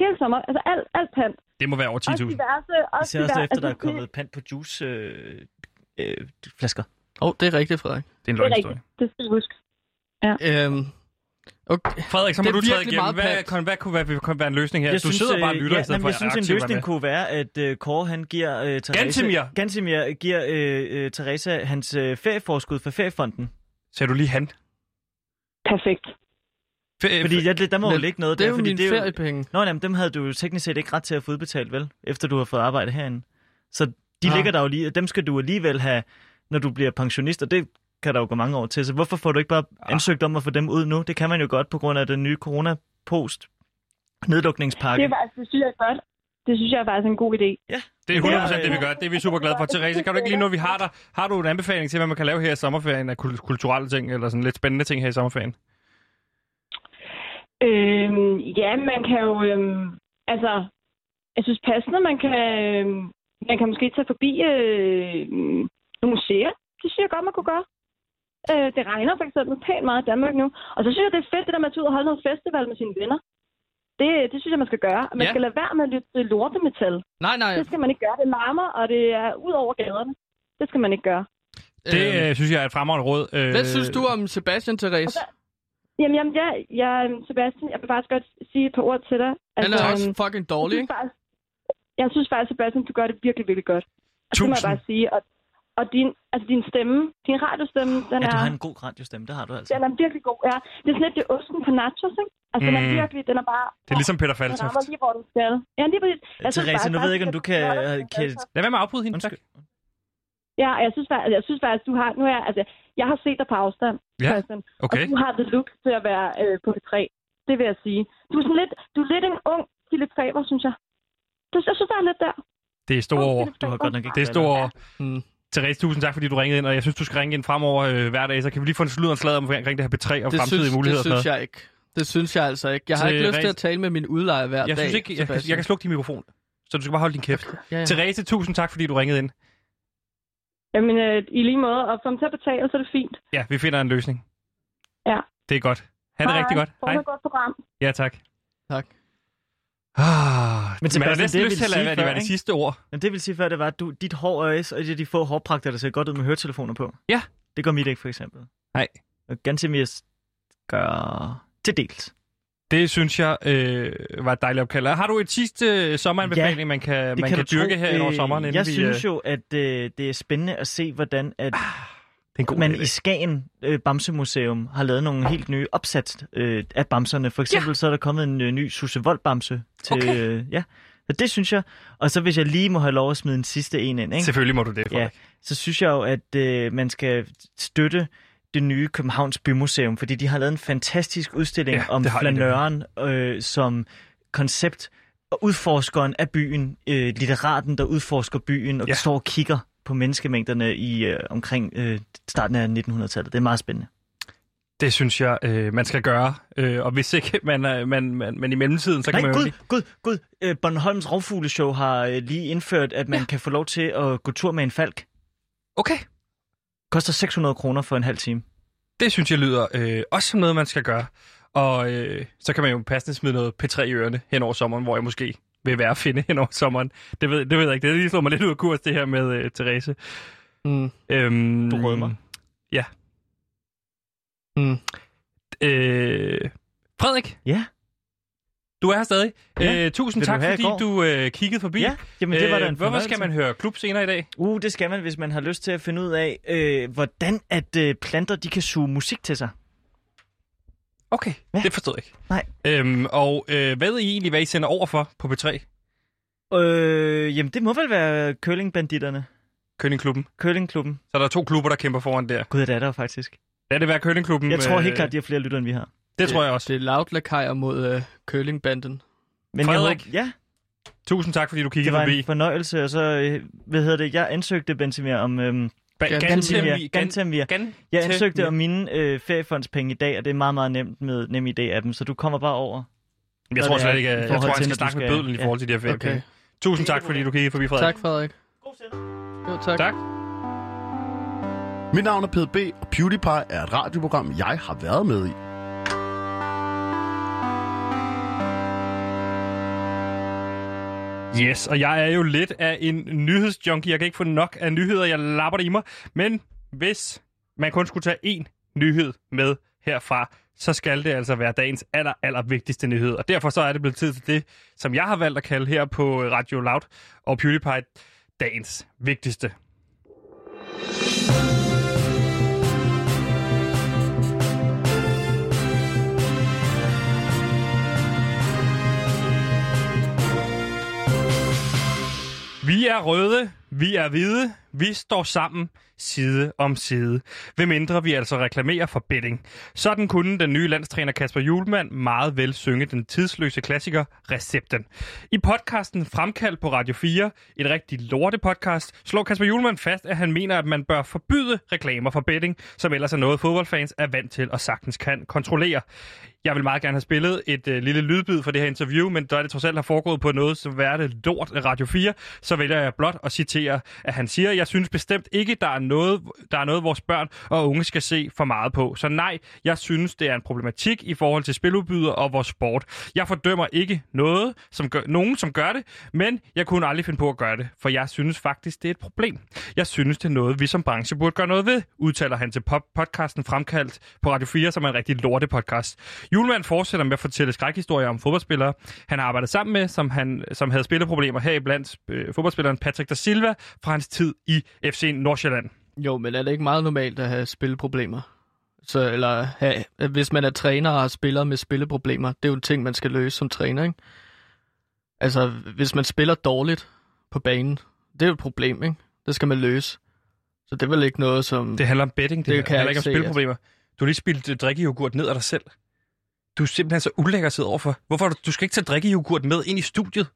Speaker 5: Hele sommer, altså alt, alt pant.
Speaker 1: Det må være over
Speaker 5: Også
Speaker 1: 10.000.
Speaker 5: diverse, også
Speaker 4: Især også
Speaker 5: diverse,
Speaker 4: efter, der er
Speaker 5: altså, det-
Speaker 4: kommet pant på juiceflasker. Øh, øh, flasker.
Speaker 2: Åh, oh, det er rigtigt, Frederik.
Speaker 1: Det er en
Speaker 5: Det er
Speaker 1: løgnhistorie.
Speaker 5: rigtigt, det skal vi huske.
Speaker 2: Øhm, okay.
Speaker 1: Frederik, så må
Speaker 2: Det er
Speaker 1: du træde
Speaker 2: virkelig
Speaker 1: igennem.
Speaker 2: meget
Speaker 1: Hvad,
Speaker 2: pant.
Speaker 1: kon, hvad, kunne være, hvad kunne være en løsning her?
Speaker 4: Jeg
Speaker 1: du
Speaker 4: synes,
Speaker 1: sidder bare og
Speaker 4: øh,
Speaker 1: lytter,
Speaker 4: ja,
Speaker 1: i stedet
Speaker 4: nej, men
Speaker 1: for
Speaker 4: jeg synes, en
Speaker 1: aktivt at være
Speaker 4: løsning
Speaker 1: med.
Speaker 4: kunne være, at øh, Kåre han giver øh, Therese...
Speaker 1: Gantemir!
Speaker 4: Gantemir giver øh, øh, Therese hans øh, ferieforskud fra feriefonden.
Speaker 1: Sagde du lige han?
Speaker 5: Perfekt.
Speaker 1: Fe-
Speaker 4: Fordi ja, det- der må jo
Speaker 2: men
Speaker 4: ligge noget
Speaker 2: Det er
Speaker 4: der,
Speaker 2: jo
Speaker 4: fordi
Speaker 2: mine
Speaker 4: det er jo...
Speaker 2: feriepenge.
Speaker 4: Nå, jamen, dem havde du jo teknisk set ikke ret til at få udbetalt, vel? Efter du har fået arbejde herinde. Så de
Speaker 2: Nå.
Speaker 4: ligger der jo lige... Dem skal du alligevel have, når du bliver pensionist, og det kan der jo gå mange år til. Så hvorfor får du ikke bare
Speaker 1: Ah.
Speaker 4: ansøgt om at få dem ud nu? Det kan man jo godt på grund af den nye corona-post.
Speaker 5: Det,
Speaker 4: Nedlukningspakke.
Speaker 5: er faktisk, det synes jeg er godt. Det synes jeg er faktisk en god idé.
Speaker 1: Det er 100% det, vi
Speaker 4: Ja.
Speaker 1: gør. Det er vi super glade for. Therese, kan du ikke lige nu, vi har der, har du en anbefaling til, hvad man kan lave her i sommerferien af kul- kulturelle ting, eller sådan lidt spændende ting her i sommerferien?
Speaker 5: Øhm, ja, man kan jo... Øhm, altså, jeg synes passende, man kan, øhm, man kan måske tage forbi øh, nogle museer. Det synes jeg godt, man kunne gøre. Øh, det regner for eksempel pænt meget i Danmark nu. Og så synes jeg, det er fedt, det der med at tage ud og holde noget festival med sine venner. Det, det synes jeg, man skal gøre. Man
Speaker 2: Ja.
Speaker 5: ja. skal lade være med at lytte til lortemetal.
Speaker 2: Nej, nej.
Speaker 5: Det skal man ikke gøre. Det larmer, og det er ud over gaderne. Det skal man ikke gøre.
Speaker 2: øh,
Speaker 1: Det øh, synes jeg er et fremragende råd. Øh,
Speaker 2: Hvad synes du om Sebastian Therese?
Speaker 5: Jamen, jamen ja, jeg, Sebastian, jeg vil faktisk godt sige et par ord til dig.
Speaker 2: Han er også
Speaker 5: øhm,
Speaker 2: fucking dårlig,
Speaker 5: jeg
Speaker 2: ikke?
Speaker 5: synes faktisk- Jeg synes faktisk, Sebastian, du gør det virkelig, virkelig godt. Og Det må jeg
Speaker 1: Tusind.
Speaker 5: bare sige. Og, og din, altså din stemme, din radiostemme, den
Speaker 4: Ja,
Speaker 5: er...
Speaker 4: du har en god radiostemme, det har du altså.
Speaker 5: Den er virkelig god, ja. Det er sådan lidt det er osten på nachos, ikke? Altså, den er
Speaker 1: Mm.
Speaker 5: virkelig, den er bare...
Speaker 1: Det er ligesom Peter
Speaker 5: Den rammer
Speaker 1: Faltoft.
Speaker 5: lige, hvor den skal. Ja, lige præcis. Altså, Jeg synes
Speaker 4: Therese,
Speaker 5: faktisk,
Speaker 4: nu ved jeg ikke, om du kan... øh,
Speaker 5: faktisk, at-
Speaker 4: kan
Speaker 1: Lad være med at afbryde hende, tak.
Speaker 4: undskyld.
Speaker 5: altså, Ja, og jeg synes, faktisk, jeg synes faktisk, du har... Nu er jeg, altså, jeg har set dig på afstand,
Speaker 1: Ja,
Speaker 5: Christian.
Speaker 1: Okay.
Speaker 5: Og du har det look til at være øh, på det træ. Det vil jeg sige. Du er sådan lidt, du er lidt en ung Philip Faber, synes jeg. Det, jeg synes, der er lidt der.
Speaker 1: Det er store
Speaker 5: Ung
Speaker 1: ord.
Speaker 5: Philip
Speaker 4: Du har
Speaker 5: Faber.
Speaker 4: godt nok ikke...
Speaker 1: Det er store ord.
Speaker 2: Mm.
Speaker 1: Therese, tusind tak, fordi du ringede ind, og jeg synes, du skal ringe ind fremover øh, hver dag, så kan vi lige få en sludder og en slag om- omkring det her P3 og
Speaker 2: Det
Speaker 1: fremtidige
Speaker 2: synes,
Speaker 1: muligheder.
Speaker 2: det
Speaker 1: og sådan
Speaker 2: synes jeg ikke. Det synes jeg altså ikke. Jeg har ikke lyst til
Speaker 1: Therese-
Speaker 2: at tale med min udlejer hver
Speaker 1: noget. jeg
Speaker 2: dag.
Speaker 1: synes ikke, jeg, kan,
Speaker 2: Sebastian.
Speaker 1: jeg kan slukke din mikrofon, så du skal bare holde din kæft.
Speaker 2: Ja, ja.
Speaker 1: Therese, tusind tak, fordi du ringede ind.
Speaker 5: Jamen, øh, i lige måde. Og få dem til at betale, så er det fint.
Speaker 1: Ja, vi finder en løsning.
Speaker 5: Ja.
Speaker 1: Det er godt. Han er rigtig godt.
Speaker 5: Hej.
Speaker 1: Hej.
Speaker 5: Fortsat godt program.
Speaker 1: Ja, tak.
Speaker 2: Tak.
Speaker 1: Ah,
Speaker 4: Men
Speaker 1: men man har
Speaker 4: Sebastian,
Speaker 1: næsten
Speaker 4: det,
Speaker 1: lyst
Speaker 4: jeg
Speaker 1: til at lade
Speaker 4: ville
Speaker 1: det
Speaker 4: sige
Speaker 1: være
Speaker 4: før,
Speaker 1: det
Speaker 4: ikke?
Speaker 1: sidste ord.
Speaker 4: Jamen, det vil sige før, det var, at du, dit hår er og et af de få hårpragter, der ser godt ud med høretelefoner på.
Speaker 1: Ja.
Speaker 4: Det gør mit ikke, for eksempel.
Speaker 1: Nej.
Speaker 4: Og ganske mere s- gør til dels.
Speaker 1: Det synes jeg øh, var et dejligt opkald. Og Har du et sidste øh, sommeranbefaling,
Speaker 4: Ja,
Speaker 1: man kan, man kan,
Speaker 4: du tro.
Speaker 1: dyrke her ind over
Speaker 4: Øh,
Speaker 1: sommeren? inden
Speaker 4: Jeg
Speaker 1: vi, øh, Ah,
Speaker 4: synes jo, at øh, det er spændende at se, hvordan at
Speaker 1: det er en god
Speaker 4: man
Speaker 1: idé.
Speaker 4: i Skagen øh, Bamsemuseum har lavet nogle helt nye opsats øh, af bamserne. For eksempel ja. så er der kommet en øh, ny Susse Vold bamse til...
Speaker 1: Okay.
Speaker 4: Øh, ja, og det synes jeg. Og så hvis jeg lige må have lov at smide en sidste en ind, ikke?
Speaker 1: Selvfølgelig må du det,
Speaker 4: Ja,
Speaker 1: Frederik.
Speaker 4: så synes jeg jo, at øh, man skal støtte det nye Københavns Bymuseum, fordi de har lavet en fantastisk udstilling
Speaker 1: Ja,
Speaker 4: om
Speaker 1: det har de
Speaker 4: flanøren øh, som koncept, og udforskeren af byen, øh, litteraten, der udforsker byen og
Speaker 1: Ja.
Speaker 4: ja. står og kigger på menneskemængderne i øh, omkring øh, starten af 1900-tallet. Det er meget spændende.
Speaker 1: Det synes jeg, øh, man skal gøre. Øh, og hvis ikke [LAUGHS] man, er- man, man, man i mellemtiden, så kan
Speaker 4: Nej,
Speaker 1: man jo
Speaker 4: gud,
Speaker 1: lige-
Speaker 4: gud, gud. Øh, Bornholms Rovfugleshow har øh, lige indført, at man ja. kan få lov til at gå tur med en falk.
Speaker 1: Okay,
Speaker 4: Koster 600 kroner for en halv time.
Speaker 1: det synes jeg lyder øh, også som noget, man skal gøre. Og øh, så kan man jo passende smide noget P3 i ørerne hen over sommeren, hvor jeg måske vil være at finde hen over sommeren. Det ved, det ved jeg ikke. Det har lige slået mig lidt ud af kurs, det her med øh, Therese.
Speaker 2: Mm.
Speaker 1: Øhm,
Speaker 4: Du rød mig.
Speaker 1: Ja.
Speaker 2: Mm.
Speaker 1: Øh, Frederik,
Speaker 4: Ja.
Speaker 1: du er her stadig.
Speaker 4: Ja.
Speaker 1: Øh, tusind
Speaker 4: Vil du
Speaker 1: tak,
Speaker 4: have i
Speaker 1: fordi
Speaker 4: går?
Speaker 1: du øh, kiggede forbi. Øh,
Speaker 4: Ja, jamen det var da en
Speaker 1: Hvorfor skal
Speaker 4: fornøjelse.
Speaker 1: man høre klub senere i dag?
Speaker 4: Uh, det skal man, hvis man har lyst til at finde ud af, øh, hvordan at øh, planter de kan suge musik til sig.
Speaker 1: Okay,
Speaker 4: Ja.
Speaker 1: det forstod jeg ikke.
Speaker 4: Nej.
Speaker 1: Øhm, og øh, hvad ved I egentlig, hvad I sender over for på P3?
Speaker 4: Øh, jamen, det må vel være curlingbanditterne.
Speaker 1: Køllingklubben.
Speaker 4: Curlingklubben.
Speaker 1: Så der er to klubber, der kæmper foran der.
Speaker 4: Gud, det er der faktisk.
Speaker 1: Lad det være Køllingklubben.
Speaker 4: Jeg tror
Speaker 1: øh,
Speaker 4: helt klart, de har flere lytter, end vi har.
Speaker 1: Det tror jeg også.
Speaker 2: Det er Loud Lakajer mod øh, curlingbanden.
Speaker 4: Men
Speaker 1: Frederik,
Speaker 4: jeg håber, ja,
Speaker 1: Tusind tak, fordi du
Speaker 4: det
Speaker 1: kiggede
Speaker 4: var
Speaker 1: forbi.
Speaker 4: en fornøjelse. Og så, øh, hvad hedder det, jeg ansøgte, Benzimir, om... Øh,
Speaker 1: Ba-
Speaker 2: Gantemir.
Speaker 1: Gantemir. Gan-
Speaker 4: Gantemir.
Speaker 1: Gan-
Speaker 4: Jeg
Speaker 1: Til-
Speaker 4: ansøgte om mine øh, feriefondspenge i dag, og det er meget, meget nemt med nem idé af dem, så du kommer bare over.
Speaker 1: Jeg
Speaker 4: Nå,
Speaker 1: tror
Speaker 4: det er
Speaker 1: slet ikke,
Speaker 4: i
Speaker 1: at- jeg
Speaker 4: forhold
Speaker 1: tror,
Speaker 4: til,
Speaker 1: han skal
Speaker 4: når du
Speaker 1: snakke med
Speaker 4: skal-
Speaker 1: bødlen i
Speaker 4: ja.
Speaker 1: forhold til de her feriepenge.
Speaker 2: Okay.
Speaker 1: Tusind tak, fordi du kiggede forbi, Frederik.
Speaker 2: Tak, Frederik. Jo, tak.
Speaker 1: Tak.
Speaker 6: Mit navn er PDB, og PewDiePie er et radioprogram, jeg har været med i.
Speaker 1: Yes, og jeg er jo lidt af en nyhedsjunkie. Jeg kan ikke få nok af nyheder, jeg lapper det i mig. Men hvis man kun skulle tage én nyhed med herfra, så skal det altså være dagens aller, aller vigtigste nyhed. Og derfor så er det blevet tid til det, som jeg har valgt at kalde her på Radio Loud og PewDiePie dagens vigtigste. Vi er røde, vi er hvide, vi står sammen side om side. Hvem mindre vi altså reklamerer for betting. Sådan kunne den nye landstræner Kasper Julemand meget vel synge den tidsløse klassiker Recepten. I podcasten Fremkald på Radio 4, et rigtig lorte podcast, slår Kasper Julemand fast, at han mener, at man bør forbyde reklamer for betting, som ellers er noget fodboldfans er vant til og sagtens kan kontrollere. Jeg vil meget gerne have spillet et øh, lille lydbid for det her interview, men da det trods alt har foregået på noget, som værre det lort af Radio 4, så vælger jeg blot at citere citere, at han siger, jeg synes bestemt ikke, der er noget, der er noget vores børn og unge skal se for meget på. Så nej, jeg synes, det er en problematik i forhold til spiludbyder og vores sport. Jeg fordømmer ikke noget, som gør, nogen, som gør det, men jeg kunne aldrig finde på at gøre det, for jeg synes faktisk, det er et problem. Jeg synes, det er noget, vi som branche burde gøre noget ved, udtaler han til pop- podcasten Fremkaldt på Radio 4, som er en rigtig lorte podcast. Julemand fortsætter med at fortælle skrækhistorier om fodboldspillere, han har arbejdet sammen med, som, han, som havde spilleproblemer her blandt øh, fodboldspilleren Patrick da Silva fra hans tid i FC Nordsjælland.
Speaker 2: Jo, men er det ikke meget normalt at have spilleproblemer? Så, eller have, hvis man er træner og har spillere med spilleproblemer, det er jo en ting, man skal løse som træner, ikke? Altså, hvis man spiller dårligt på banen, det er jo et problem, ikke? Det skal man løse. Så det er vel ikke noget, som...
Speaker 1: Det handler om betting, det,
Speaker 2: Det
Speaker 1: det
Speaker 2: kan
Speaker 1: her.
Speaker 2: jeg
Speaker 1: handler ikke om
Speaker 2: ikke se,
Speaker 1: spilproblemer. Du har lige spildt øh, drikkejoghurt ned af dig selv. Du er simpelthen så ulækker at sidde overfor. Hvorfor er du, du skal ikke tage drikkejoghurt med ind i studiet?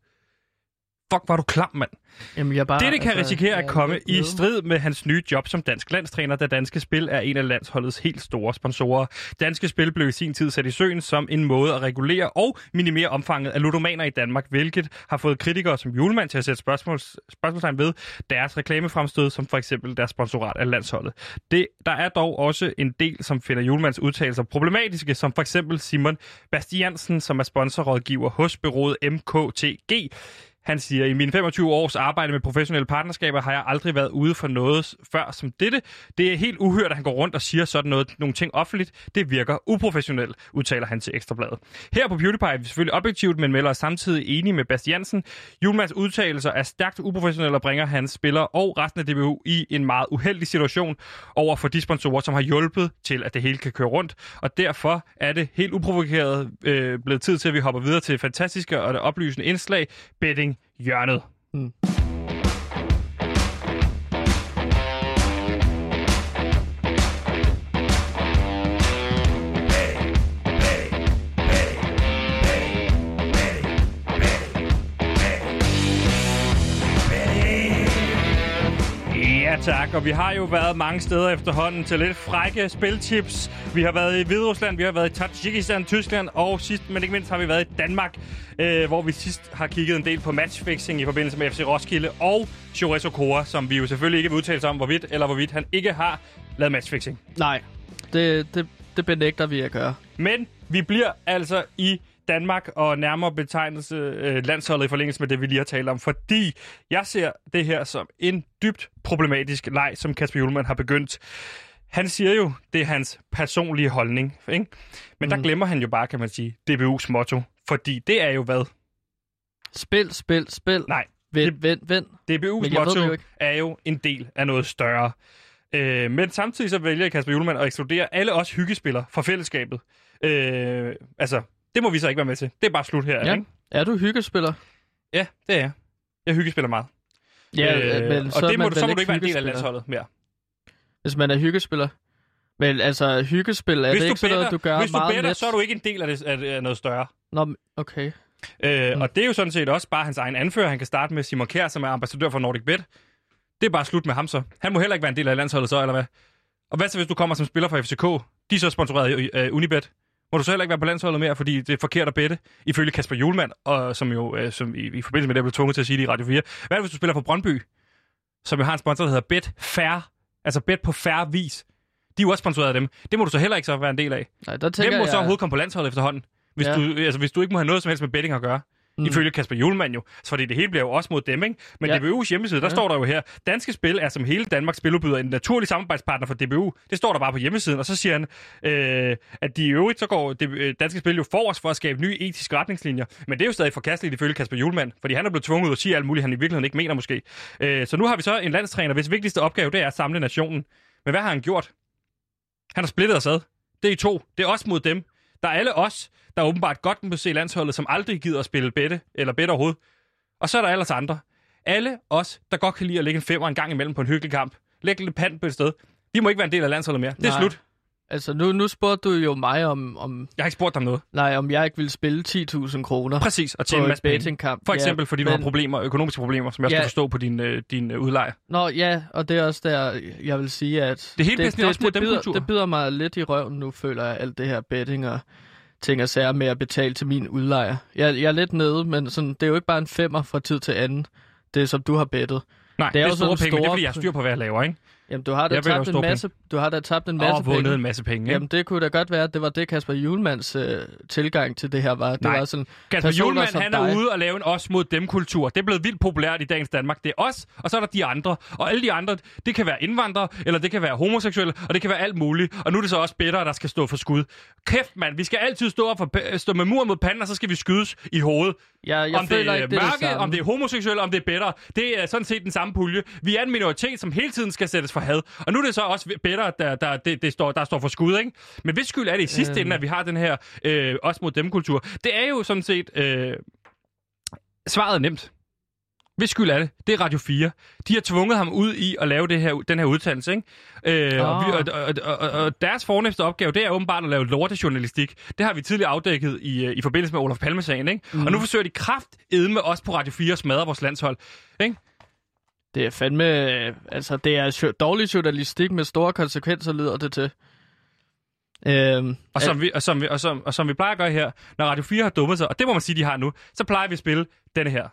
Speaker 1: Fuck, var du klam, mand.
Speaker 2: Jamen, jeg er bare,
Speaker 1: Dette kan
Speaker 2: altså,
Speaker 1: risikere
Speaker 2: jeg
Speaker 1: at
Speaker 2: er
Speaker 1: komme
Speaker 2: lidt
Speaker 1: i
Speaker 2: nede.
Speaker 1: strid med hans nye job som dansk landstræner, da Danske Spil er en af landsholdets helt store sponsorer. Danske Spil blev i sin tid sat i søen som en måde at regulere og minimere omfanget af ludomaner i Danmark, hvilket har fået kritikere som julemand til at sætte spørgsmål, spørgsmålstegn ved deres reklamefremstød, som for eksempel deres sponsorat af landsholdet. Det, der er dog også en del, som finder julemands udtalelser problematiske, som for eksempel Simon Bastiansen, som er sponsorrådgiver hos byrået MKTG, han siger, i mine 25 års arbejde med professionelle partnerskaber har jeg aldrig været ude for noget s- før som dette. Det er helt uhørt, at han går rundt og siger sådan noget, nogle ting offentligt. Det virker uprofessionelt, udtaler han til Ekstrabladet. Her på PewDiePie er vi selvfølgelig objektivt, men melder os samtidig enige med Bastiansen. Julmans udtalelser er stærkt uprofessionelle og bringer hans spillere og resten af DBU i en meget uheldig situation over for de sponsorer, som har hjulpet til, at det hele kan køre rundt. Og derfor er det helt uprovokeret øh, blevet tid til, at vi hopper videre til fantastiske og det oplysende indslag, betting hjørnet. Ja tak, og vi har jo været mange steder efterhånden til lidt frække spiltips. Vi har været i Hviderusland, vi har været i Tajikistan, Tyskland, og sidst men ikke mindst har vi været i Danmark, øh, hvor vi sidst har kigget en del på matchfixing i forbindelse med FC Roskilde og Chorizo Okora, som vi jo selvfølgelig ikke vil udtale sig om, hvorvidt eller hvorvidt han ikke har lavet matchfixing.
Speaker 2: Nej, det, det, det benægter vi at gøre.
Speaker 1: Men vi bliver altså i Danmark og nærmere betegnelse øh, landsholdet i forlængelse med det, vi lige har talt om. Fordi jeg ser det her som en dybt problematisk leg, som Kasper Julemand har begyndt. Han siger jo, det er hans personlige holdning. Ikke? Men mm. der glemmer han jo bare, kan man sige, DBU's motto. Fordi det er jo hvad?
Speaker 2: Spil, spil, spil.
Speaker 1: Nej,
Speaker 2: Vent, vent, vent. Men
Speaker 1: DBU's
Speaker 2: jeg ved det
Speaker 1: motto
Speaker 2: jo
Speaker 1: jo
Speaker 2: ikke.
Speaker 1: er jo en del af noget større. Øh, men samtidig så vælger Kasper Julemand at ekskludere alle os hyggespillere fra fællesskabet. Øh, altså, det må vi så ikke være med til. Det er bare slut her, ja.
Speaker 2: Ja.
Speaker 1: ikke?
Speaker 2: Er du hyggespiller?
Speaker 1: Ja, det er jeg. Jeg hyggespiller meget. Øh, og det må du, så må du ikke være en del af landsholdet mere.
Speaker 2: Hvis man er hyggespiller. Men altså, hyggespil er
Speaker 1: hvis
Speaker 2: det
Speaker 1: du
Speaker 2: ikke sådan noget, du gør
Speaker 1: hvis du
Speaker 2: meget
Speaker 1: better,
Speaker 2: let?
Speaker 1: så er du ikke en del af, det, af, af noget større.
Speaker 2: Nå, men- okay.
Speaker 1: Øh, mm. Og det er jo sådan set også bare hans egen anfører. Han kan starte med Simon Kjær, som er ambassadør for Nordic Bet. Det er bare slut med ham så. Han må heller ikke være en del af landsholdet så, eller hvad? Og hvad så, hvis du kommer som spiller for FCK? De er så sponsoreret af øh, Unibet. Må du så heller ikke være på landsholdet mere, fordi det er forkert at bette, ifølge Kasper Julemand, og som jo øh, som i, i forbindelse med det blev tvunget til at sige det i Radio 4. Hvad er det, hvis du spiller for Brøndby, som jo har en sponsor, der hedder Bet Fair, altså Bet på færre vis. De er jo også sponsoreret af dem. Det må du så heller ikke så være en del af.
Speaker 2: Nej, der tænker
Speaker 1: Hvem må
Speaker 2: jeg...
Speaker 1: så overhovedet komme på landsholdet efterhånden, hvis,
Speaker 2: Ja.
Speaker 1: ja. du, altså, hvis du ikke må have noget som helst med betting at gøre? Mm. Ifølge Kasper Julemand jo, så fordi det hele bliver jo også mod dem, ikke? Men ja.
Speaker 2: Ja.
Speaker 1: DBU's hjemmeside, der ja. står der jo her, Danske Spil er som hele Danmarks spiludbyder en naturlig samarbejdspartner for DBU. Det står der bare på hjemmesiden, og så siger han, øh, at de i øvrigt, så går DB, øh, Danske Spil jo forrest for at skabe nye etiske retningslinjer. Men det er jo stadig forkasteligt ifølge Kasper Julemand, fordi han er blevet tvunget ud at sige alt muligt, han i virkeligheden ikke mener måske. Øh, så nu har vi så en landstræner, hvis vigtigste opgave det er at samle nationen. Men hvad har han gjort? Han har splittet os ad. Det er I to. Det er os mod dem. Der er alle os, der åbenbart godt må se landsholdet, som aldrig gider at spille bette, eller bette overhovedet. Og så er der ellers andre. Alle os, der godt kan lide at lægge en femmer en gang imellem på en hyggelig kamp. Lægge lidt pand på et sted. De må ikke være en del af landsholdet mere. Det er
Speaker 2: Nej.
Speaker 1: slut.
Speaker 2: Altså, nu, nu spurgte du jo mig om, om,
Speaker 1: Jeg har ikke spurgt dig om noget.
Speaker 2: nej, om jeg ikke ville spille 10.000 kroner
Speaker 1: Præcis, og tjene en
Speaker 2: på et
Speaker 1: masse penge.
Speaker 2: bettingkamp.
Speaker 1: For eksempel,
Speaker 2: ja,
Speaker 1: fordi du har problemer, økonomiske problemer, som jeg også
Speaker 2: Ja.
Speaker 1: kan forstå på din, øh, din øh, udlejer.
Speaker 2: Nå, ja, og det er også der, jeg vil sige, at...
Speaker 1: Det hele bliver sådan en også mod dem
Speaker 2: bider,
Speaker 1: kultur.
Speaker 2: det bider mig lidt i røven nu, føler jeg, alt det her betting og ting og sager med at betale til min udlejer. Jeg, jeg er lidt nede, men sådan, det er jo ikke bare en femmer fra tid til anden, det som du har bettet.
Speaker 1: Nej, det er, det er store penge, store... men det er, fordi jeg har styr på, hvad jeg laver, ikke?
Speaker 2: Jamen, du har da
Speaker 1: Jeg vil have
Speaker 2: tabt en
Speaker 1: store
Speaker 2: masse, du har da tabt en masse
Speaker 1: Og vundet
Speaker 2: altså penge.
Speaker 1: en masse penge, ikke?
Speaker 2: Jamen, det kunne da godt være, at det var det, Kasper Julemands øh, tilgang til det her var. Det
Speaker 1: Nej.
Speaker 2: var sådan,
Speaker 1: Kasper
Speaker 2: personer
Speaker 1: Julemand,
Speaker 2: som
Speaker 1: han er
Speaker 2: dig.
Speaker 1: ude og lave en os mod dem-kultur. Det er blevet vildt populært i dagens Danmark. Det er os, og så er der de andre. Og alle de andre, det kan være indvandrere, eller det kan være homoseksuelle, og det kan være alt muligt. Og nu er det så også bedre, der skal stå for skud. Kæft, mand. Vi skal altid stå, op for, stå med mur mod panden, og så skal vi skydes i hovedet.
Speaker 2: Jeg, jeg
Speaker 1: om det
Speaker 2: føler
Speaker 1: er
Speaker 2: ikke, det er det
Speaker 1: mørke,
Speaker 2: samme.
Speaker 1: om det er homoseksuelle, om det er bedre. Det er sådan set den samme pulje. Vi er en minoritet, som hele tiden skal sættes for had. Og nu er det så også bedre, der, der, det, det står, der står for skud, ikke? Men hvis skyld er det i sidste ende, at vi har den her øh, os mod dem-kultur? Det er jo sådan set... Øh, svaret er nemt. Hvis skyld er det, det er Radio 4. De har tvunget ham ud i at lave det her, den her udtalelse, ikke? Øh, og, vi, og, og, og, og, og deres fornemmeste opgave, det er åbenbart at lave lortejournalistik. Det har vi tidligere afdækket i, øh, i forbindelse med Olof Palmesagen, ikke? Mm. Og nu forsøger de kraft med os på Radio 4 at smadre vores landshold, ikke?
Speaker 2: Det er fandme... øh, Altså, det er jo- dårlig journalistik med store konsekvenser, lyder det til. Øhm,
Speaker 1: Og som, vi, og, som vi, og, som, og som vi plejer at gøre her, når Radio 4 har dummet sig, og det må man sige, de har nu, så plejer vi at spille denne her.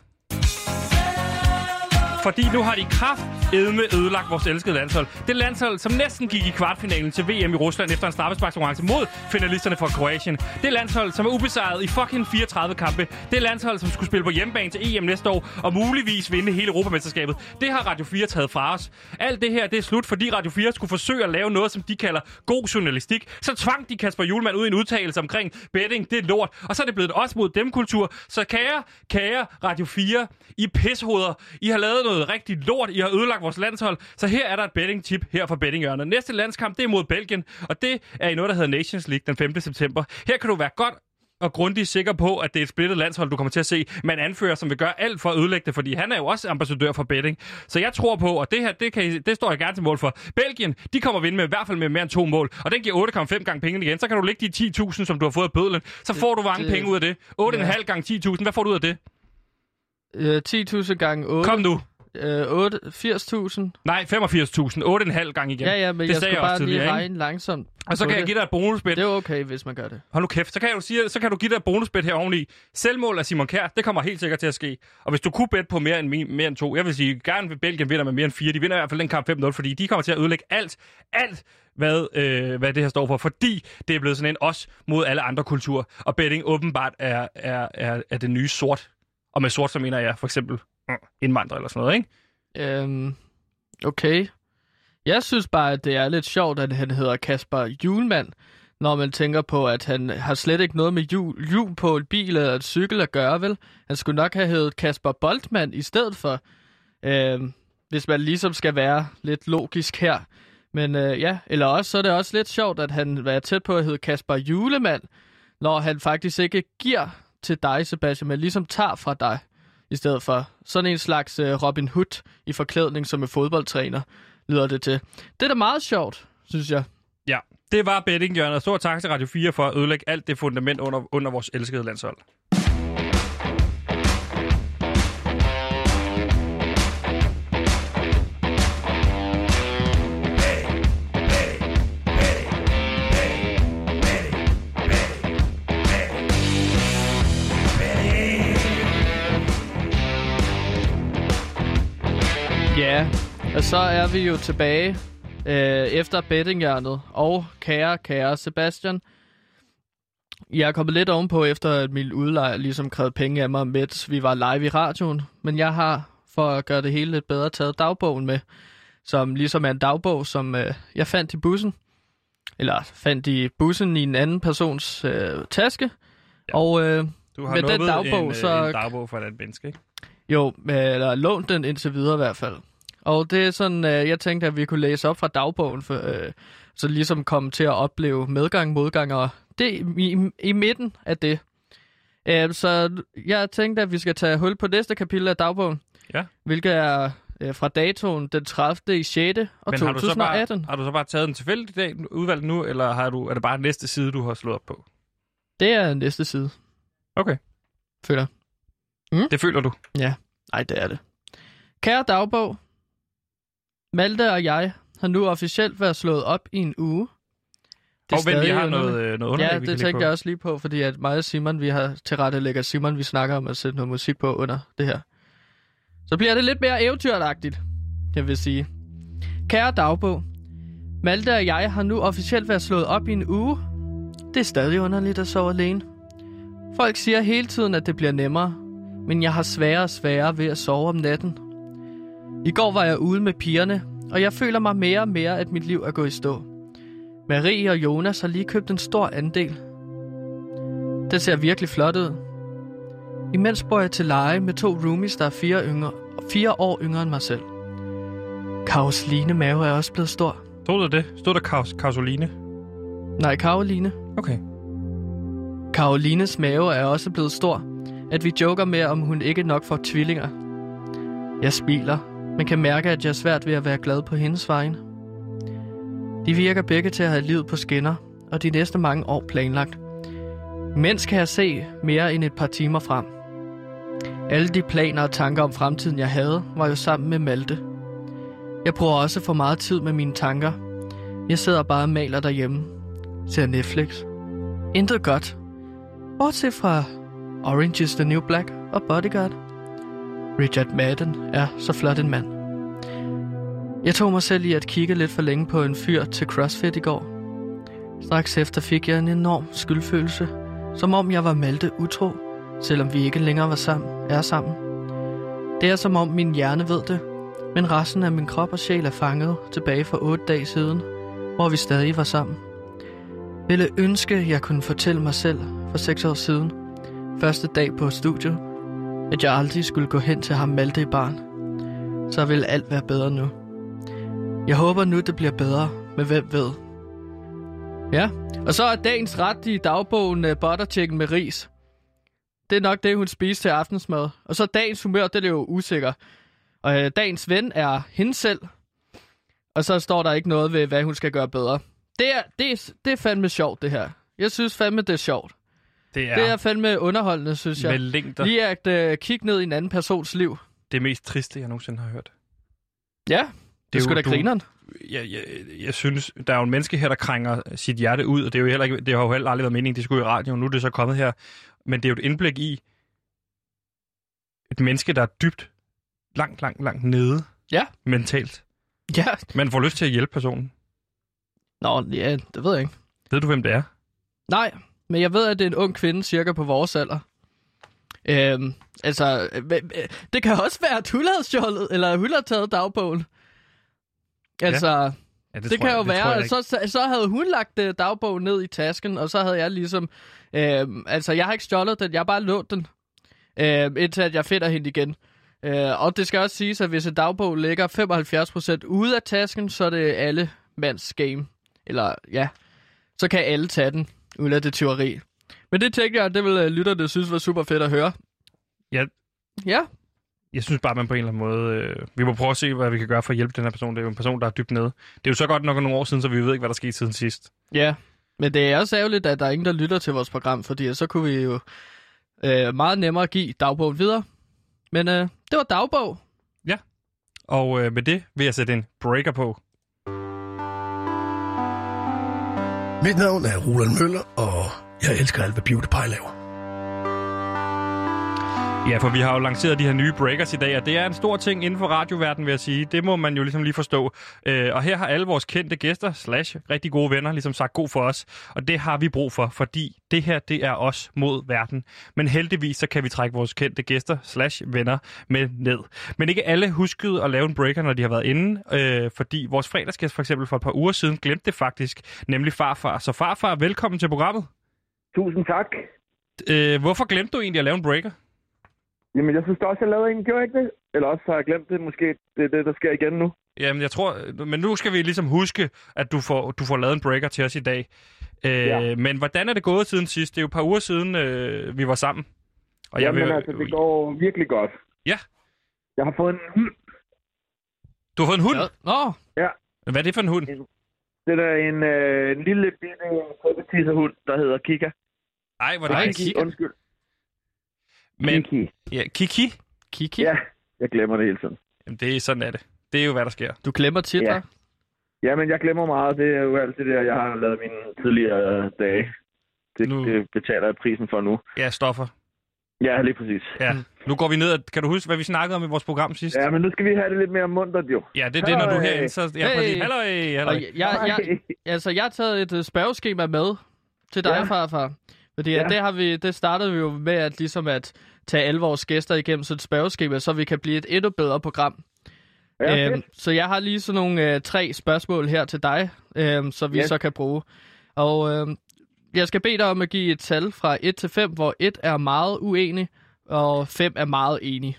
Speaker 1: Fordi nu har de kraft edme ødelagt vores elskede landshold. Det landshold, som næsten gik i kvartfinalen til VM i Rusland efter en straffesparkskonkurrence mod finalisterne fra Kroatien. Det landshold, som er ubesejret i fucking 34 kampe. Det landshold, som skulle spille på hjemmebane til EM næste år og muligvis vinde hele Europamesterskabet. Det har Radio 4 taget fra os. Alt det her, det er slut, fordi Radio 4 skulle forsøge at lave noget, som de kalder god journalistik. Så tvang de Kasper Julemand ud i en udtalelse omkring betting, det er lort. Og så er det blevet et os mod dem kultur. Så kære, kære Radio 4, I pishoveder, I har lavet noget rigtig lort, I har ødelagt vores landshold. Så her er der et betting tip her fra bettingørnet. Næste landskamp, det er mod Belgien, og det er i noget, der hedder Nations League den 5. september. Her kan du være godt og grundigt sikker på, at det er et splittet landshold, du kommer til at se, man anfører, som vil gøre alt for at ødelægge det, fordi han er jo også ambassadør for betting. Så jeg tror på, og det her, det, kan I, det står jeg gerne til mål for. Belgien, de kommer at vinde med i hvert fald med mere end to mål, og den giver 8,5 gange pengene igen. Så kan du lægge de 10.000, som du har fået af bødlen, så får du mange
Speaker 2: det-
Speaker 1: penge ud af det. 8,5 gange 10.000, hvad får du ud af det?
Speaker 2: øh, 10.000 gange 8.
Speaker 1: Kom nu.
Speaker 2: Øh, 8 80.000.
Speaker 1: Nej, 85.000. 8,5 gange igen.
Speaker 2: Ja, ja, men
Speaker 1: det
Speaker 2: jeg
Speaker 1: sagde
Speaker 2: skulle
Speaker 1: jeg også
Speaker 2: bare
Speaker 1: tidligere,
Speaker 2: lige
Speaker 1: ikke?
Speaker 2: regne langsomt.
Speaker 1: Og så
Speaker 2: på
Speaker 1: kan jeg give dig et bonusbet.
Speaker 2: Det er okay, hvis man gør det.
Speaker 1: Hold nu kæft, så kan, jeg jo sige, så kan du give dig et bonusbet her oveni. Selvmål af Simon Kjær, det kommer helt sikkert til at ske. Og hvis du kunne bet på mere end, mi- mere end to, jeg vil sige, gerne vil Belgien vinder med mere end fire. De vinder i hvert fald den kamp 5-0, fordi de kommer til at ødelægge alt, alt, hvad, øh, hvad det her står for. Fordi det er blevet sådan en os mod alle andre kulturer. Og betting åbenbart er, er, er, er det nye sort. Og med sort, så mener jeg for eksempel mm, indvandrere eller sådan noget, ikke?
Speaker 2: Øhm, okay. Jeg synes bare, at det er lidt sjovt, at han hedder Kasper Julemand, når man tænker på, at han har slet ikke noget med jul, jul på en bil eller en cykel at gøre, vel? Han skulle nok have heddet Kasper Boltmann i stedet for, øhm, hvis man ligesom skal være lidt logisk her. Men øh, ja, eller også så er det også lidt sjovt, at han var tæt på at hedde Kasper Julemand, når han faktisk ikke giver til dig, Sebastian, men ligesom tager fra dig i stedet for. Sådan en slags øh, Robin Hood i forklædning som en fodboldtræner, lyder det til. Det er da meget sjovt, synes jeg.
Speaker 1: Ja, det var betting, Jørgen. Og stor tak til Radio 4 for at ødelægge alt det fundament under, under vores elskede landshold.
Speaker 2: Ja, og så er vi jo tilbage øh, efter bettinghjørnet. Og kære, kære Sebastian, jeg er kommet lidt ovenpå efter, at min udlejer ligesom krævede penge af mig, mens vi var live i radioen. Men jeg har, for at gøre det hele lidt bedre, taget dagbogen med, som ligesom er en dagbog, som øh, jeg fandt i bussen. Eller fandt i bussen i en anden persons øh, taske. Ja. Og øh,
Speaker 1: Du har
Speaker 2: Med den
Speaker 1: nubbet
Speaker 2: dagbog,
Speaker 1: en, øh,
Speaker 2: så-
Speaker 1: en dagbog fra et andet menneske, ikke?
Speaker 2: Jo, øh, eller lånt den indtil videre i hvert fald. Og det er sådan, øh, jeg tænkte, at vi kunne læse op fra dagbogen, for, øh, så ligesom komme til at opleve medgang, modgang og det i, i, i midten af det. Øh, så jeg tænkte, at vi skal tage hul på næste kapitel af dagbogen,
Speaker 1: Ja.
Speaker 2: hvilket er øh, fra datoen den 30. i 6. og
Speaker 1: Men har du, så
Speaker 2: 2018.
Speaker 1: bare, har du så bare taget en tilfældig dag udvalgt nu, eller har du, er det bare næste side, du har slået op på?
Speaker 2: Det er næste side,
Speaker 1: Okay,
Speaker 2: føler jeg.
Speaker 1: det føler du.
Speaker 2: Nej, det er det. Kære dagbog, Malte og jeg har nu officielt været slået op i en uge.
Speaker 1: Det og vent, vi
Speaker 2: stadig
Speaker 1: har
Speaker 2: underligt.
Speaker 1: noget, øh, noget underlag,
Speaker 2: Ja,
Speaker 1: vi
Speaker 2: det
Speaker 1: kan lægge
Speaker 2: tænkte
Speaker 1: på.
Speaker 2: jeg også lige på, fordi at mig og Simon, vi har tilrettelægger Simon, vi snakker om at sætte noget musik på under det her. Så bliver det lidt mere eventyragtigt. jeg vil sige. Kære dagbog, Malte og jeg har nu officielt været slået op i en uge. Det er stadig underligt at sove alene. Folk siger hele tiden, at det bliver nemmere, men jeg har sværere og sværere ved at sove om natten. I går var jeg ude med pigerne, og jeg føler mig mere og mere, at mit liv er gået i stå. Marie og Jonas har lige købt en stor andel. Det ser virkelig flot ud. Imens bor jeg til leje med to roomies, der er fire, yngre, fire år yngre end mig selv. Karoline mave er også blevet stor.
Speaker 1: Stod der det? Stod der Kaus Kausoline?
Speaker 2: Nej, Karoline.
Speaker 1: Okay.
Speaker 2: Karolines mave er også blevet stor, at vi joker med, om hun ikke nok får tvillinger. Jeg smiler, men kan mærke, at jeg er svært ved at være glad på hendes vegne. De virker begge til at have livet på skinner, og de næste mange år planlagt. Mens kan jeg se mere end et par timer frem. Alle de planer og tanker om fremtiden, jeg havde, var jo sammen med Malte. Jeg bruger også for meget tid med mine tanker. Jeg sidder bare og maler derhjemme. Ser Netflix. Intet godt. Bortset fra Orange is the New Black og Bodyguard. Richard Madden er så flot en mand. Jeg tog mig selv i at kigge lidt for længe på en fyr til CrossFit i går. Straks efter fik jeg en enorm skyldfølelse, som om jeg var Malte utro, selvom vi ikke længere var sammen, er sammen. Det er som om min hjerne ved det, men resten af min krop og sjæl er fanget tilbage for otte dage siden, hvor vi stadig var sammen. Ville ønske, jeg kunne fortælle mig selv for seks år siden, første dag på studiet, at jeg aldrig skulle gå hen til ham Malte i barn. Så vil alt være bedre nu. Jeg håber nu, det bliver bedre, men hvem ved? Ja, og så er dagens ret i dagbogen uh, butterchicken med ris. Det er nok det, hun spiser til aftensmad. Og så dagens humør, det er det jo usikker. Og øh, dagens ven er hende selv. Og så står der ikke noget ved, hvad hun skal gøre bedre. Det er, det, er, det er fandme sjovt, det her. Jeg synes fandme, det er sjovt.
Speaker 1: Det
Speaker 2: Ja.
Speaker 1: er,
Speaker 2: Det er fandme underholdende, synes jeg.
Speaker 1: med længder
Speaker 2: Lige at øh, kigge ned i en anden persons liv.
Speaker 1: det mest triste, jeg nogensinde har hørt.
Speaker 2: Ja, det, det er
Speaker 1: jo-
Speaker 2: sgu da
Speaker 1: du-
Speaker 2: grineren.
Speaker 1: Jeg, jeg, jeg synes, der er jo en menneske her, der krænger sit hjerte ud, og det, er jo heller ikke, det har jo heller aldrig været meningen, det skulle i radioen, nu er det så kommet her. Men det er jo et indblik i et menneske, der er dybt, langt, langt, langt nede
Speaker 2: Ja.
Speaker 1: mentalt.
Speaker 2: Ja.
Speaker 1: Man får lyst til at hjælpe personen.
Speaker 2: Nå, ja, det ved jeg ikke.
Speaker 1: Ved du, hvem det er?
Speaker 2: Nej, men jeg ved, at det er en ung kvinde, cirka på vores alder. Øhm, altså, øh, men, øh, det kan også være, at hun har stjålet, eller hun har taget dagbogen. Altså, ja, det,
Speaker 1: Ja,
Speaker 2: det kan
Speaker 1: jeg,
Speaker 2: jo
Speaker 1: tror
Speaker 2: være,
Speaker 1: jeg
Speaker 2: at
Speaker 1: ikke.
Speaker 2: så, så, så havde hun lagt øh, dagbogen ned i tasken, og så havde jeg ligesom, øhm, altså, jeg har ikke stjålet den, jeg har bare lånt den, øhm, indtil at jeg finder hende igen. Øh, og det skal også siges, at hvis en dagbog ligger 75% ude af tasken, så er det alle mands game. Eller ja, så kan alle tage den, uden at det er tyveri. Men det tænkte jeg, at det vil øh, lytterne synes var super fedt at høre.
Speaker 1: Ja.
Speaker 2: Ja,
Speaker 1: jeg synes bare, at man på en eller anden måde... Øh, vi må prøve at se, hvad vi kan gøre for at hjælpe den her person. Det er jo en person, der er dybt nede. Det er jo så godt nok nogle år siden, så vi ved ikke, hvad der skete siden sidst.
Speaker 2: ja. Men det er også ærgerligt, at der er ingen, der lytter til vores program, fordi så kunne vi jo øh, meget nemmere give dagbogen videre. Men øh, det var dagbog.
Speaker 1: Og øh, med det vil jeg sætte en breaker på.
Speaker 7: Mit navn er Roland Møller, og jeg elsker alt, hvad Beauty Pie laver.
Speaker 1: Ja, for vi har jo lanceret de her nye breakers i dag, og det er en stor ting inden for radioverdenen, vil jeg sige. Det må man jo ligesom lige forstå. Øh, og her har alle vores kendte gæster, slash rigtig gode venner, ligesom sagt god for os. Og det har vi brug for, fordi det her, det er os mod verden. Men heldigvis, så kan vi trække vores kendte gæster, slash venner, med ned. Men ikke alle huskede at lave en breaker, når de har været inde, øh, fordi vores fredagsgæst for eksempel for et par uger siden glemte det faktisk, nemlig farfar. Så farfar, velkommen til programmet.
Speaker 8: Tusind tak.
Speaker 1: Øh, hvorfor glemte du egentlig at lave en breaker?
Speaker 8: Jamen, jeg synes da også, jeg lavede en, gjorde jeg ikke det? Eller også har jeg glemt det. Måske det er det, der sker igen nu.
Speaker 1: Jamen, jeg tror... Men nu skal vi ligesom huske, at du får, du får lavet en breaker til os i dag. Øh, ja.
Speaker 8: Ja.
Speaker 1: Men hvordan er det gået siden sidst? Det er jo et par uger siden, øh, vi var sammen. Og
Speaker 8: Jamen, altså, det går virkelig godt.
Speaker 1: Ja.
Speaker 8: Jeg har fået en hund.
Speaker 1: Du har fået en hund.
Speaker 2: Ja. Nå,
Speaker 1: Ja. Hvad er det for en hund?
Speaker 8: Det der er en, øh, en lille bitte tissehund, der hedder Kika.
Speaker 1: Ej, hvor
Speaker 2: Nej,
Speaker 1: nice.
Speaker 2: Kika.
Speaker 8: Undskyld.
Speaker 1: Men,
Speaker 8: Kiki.
Speaker 1: ja, Kiki.
Speaker 2: Kiki, ja.
Speaker 8: Ja, jeg glemmer det hele tiden.
Speaker 1: Jamen, det er sådan er det. Det er jo, hvad der sker.
Speaker 2: du glemmer tit
Speaker 8: Ja.
Speaker 2: dig.
Speaker 8: Jamen, jeg glemmer meget. Det er jo alt det der, jeg har lavet mine tidligere øh, dage. Det,
Speaker 1: Nu-
Speaker 8: det betaler jeg prisen for nu.
Speaker 1: Ja, stoffer.
Speaker 8: Ja, lige præcis.
Speaker 1: Ja.
Speaker 2: Mm.
Speaker 1: Nu går vi ned. og- Kan du huske, hvad vi snakkede om i vores program sidst?
Speaker 8: Ja, men nu skal vi have det lidt mere muntert, jo.
Speaker 1: Ja, det er det, når du er
Speaker 8: Hej.
Speaker 1: herinde, så... Ja,
Speaker 2: Hey.
Speaker 1: hey. Halløj,
Speaker 2: Og
Speaker 1: halløj.
Speaker 2: jeg,
Speaker 8: [LAUGHS]
Speaker 2: jeg, jeg, altså, jeg har taget et øh, spørgeskema med til dig, ja.
Speaker 8: Ja.
Speaker 2: farfar. Fordi ja.
Speaker 8: Ja.
Speaker 2: det, har vi, det startede vi jo med at, ligesom at tage alle vores gæster igennem sådan et spørgeskema, så vi kan blive et endnu bedre program.
Speaker 8: Ja, fedt.
Speaker 2: Øhm, så jeg har lige sådan nogle øh, tre spørgsmål her til dig, øhm, så vi
Speaker 8: Yes.
Speaker 2: så kan bruge. Og øhm, jeg skal bede dig om at give et tal fra 1 til 5, hvor 1 er meget uenig, og 5 er meget enig.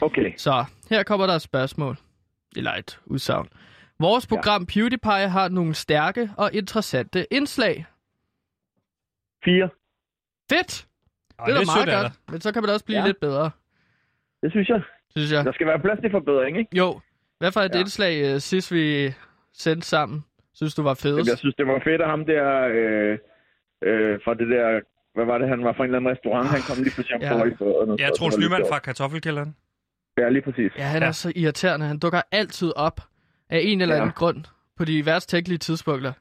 Speaker 8: Okay.
Speaker 2: Så her kommer der et spørgsmål. Eller et udsagn. Vores program ja. PewDiePie har nogle stærke og interessante indslag.
Speaker 8: Fire.
Speaker 2: Fedt!
Speaker 1: Ej,
Speaker 2: det er da meget
Speaker 1: sødt af
Speaker 2: godt. Men så kan man også blive ja.
Speaker 8: Ja.
Speaker 2: lidt bedre,
Speaker 8: Det synes jeg.
Speaker 2: synes jeg.
Speaker 8: Der skal være plads til forbedring, ikke?
Speaker 2: Jo. Hvad for et ja.
Speaker 8: Ja.
Speaker 2: indslag øh, sidst vi sendte sammen, synes du var
Speaker 8: Jamen,
Speaker 2: fedest?
Speaker 8: Jeg synes, det var fedt af ham der øh, øh, fra det der... Hvad var det, han var fra en eller anden restaurant? Han kom lige pludselig om
Speaker 2: Ja.
Speaker 8: ja. i fødderne.
Speaker 1: dig. Ja,
Speaker 8: så det
Speaker 1: Troels
Speaker 8: var lidt
Speaker 1: Nyman
Speaker 8: sjovt.
Speaker 1: fra Kartoffelkælderen.
Speaker 8: Ja, lige præcis.
Speaker 2: Ja, han ja.
Speaker 1: Ja.
Speaker 2: er så irriterende. Han dukker altid op af en eller
Speaker 8: Ja.
Speaker 2: anden grund på de værst tænkelige tidspunkter.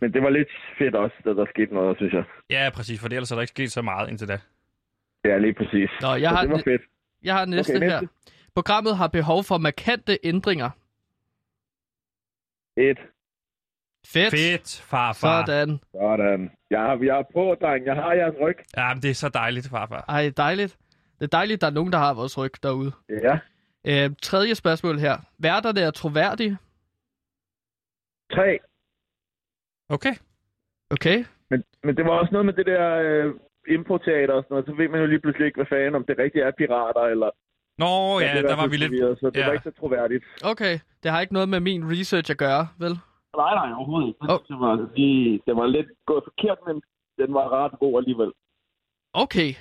Speaker 8: Men det var lidt fedt også, da der skete noget, synes jeg.
Speaker 1: Ja, præcis, for ellers er der ikke sket så meget indtil da.
Speaker 8: Ja, lige præcis.
Speaker 2: Nå, jeg
Speaker 8: Så
Speaker 2: har
Speaker 8: det var
Speaker 2: en-
Speaker 8: fedt.
Speaker 2: Jeg har næste,
Speaker 8: Okay,
Speaker 2: okay,
Speaker 8: næste.
Speaker 2: her. Programmet har behov for markante ændringer.
Speaker 8: Et.
Speaker 2: Fedt.
Speaker 1: Fedt, farfar.
Speaker 2: Sådan.
Speaker 8: Sådan. Jeg har, jeg er på, dreng. Jeg har jeres ryg.
Speaker 1: Ja, men det er så dejligt, farfar.
Speaker 2: Ej, dejligt. Det er dejligt, der er nogen, der har vores ryg derude.
Speaker 8: Ja.
Speaker 2: Øh, tredje spørgsmål her. Værterne er troværdige.
Speaker 8: Tre.
Speaker 1: Okay.
Speaker 2: Okay.
Speaker 8: Men, men det var også noget med det der øh, improteater og sådan noget. Så ved man jo lige pludselig ikke, hvad fanden, om det rigtigt er pirater, eller...
Speaker 1: Nå,
Speaker 8: Jeg
Speaker 1: ja,
Speaker 8: blev i
Speaker 1: der
Speaker 8: hvert
Speaker 1: var
Speaker 8: fald
Speaker 1: vi lidt...
Speaker 8: forvirret, Så det
Speaker 1: ja.
Speaker 8: var ikke så troværdigt.
Speaker 2: Okay. Det har ikke noget med min research at gøre, vel?
Speaker 8: Nej, nej, overhovedet ikke.
Speaker 2: Åh.
Speaker 8: Det, var lige, det var lidt gået forkert, men den var ret god alligevel.
Speaker 2: Okay.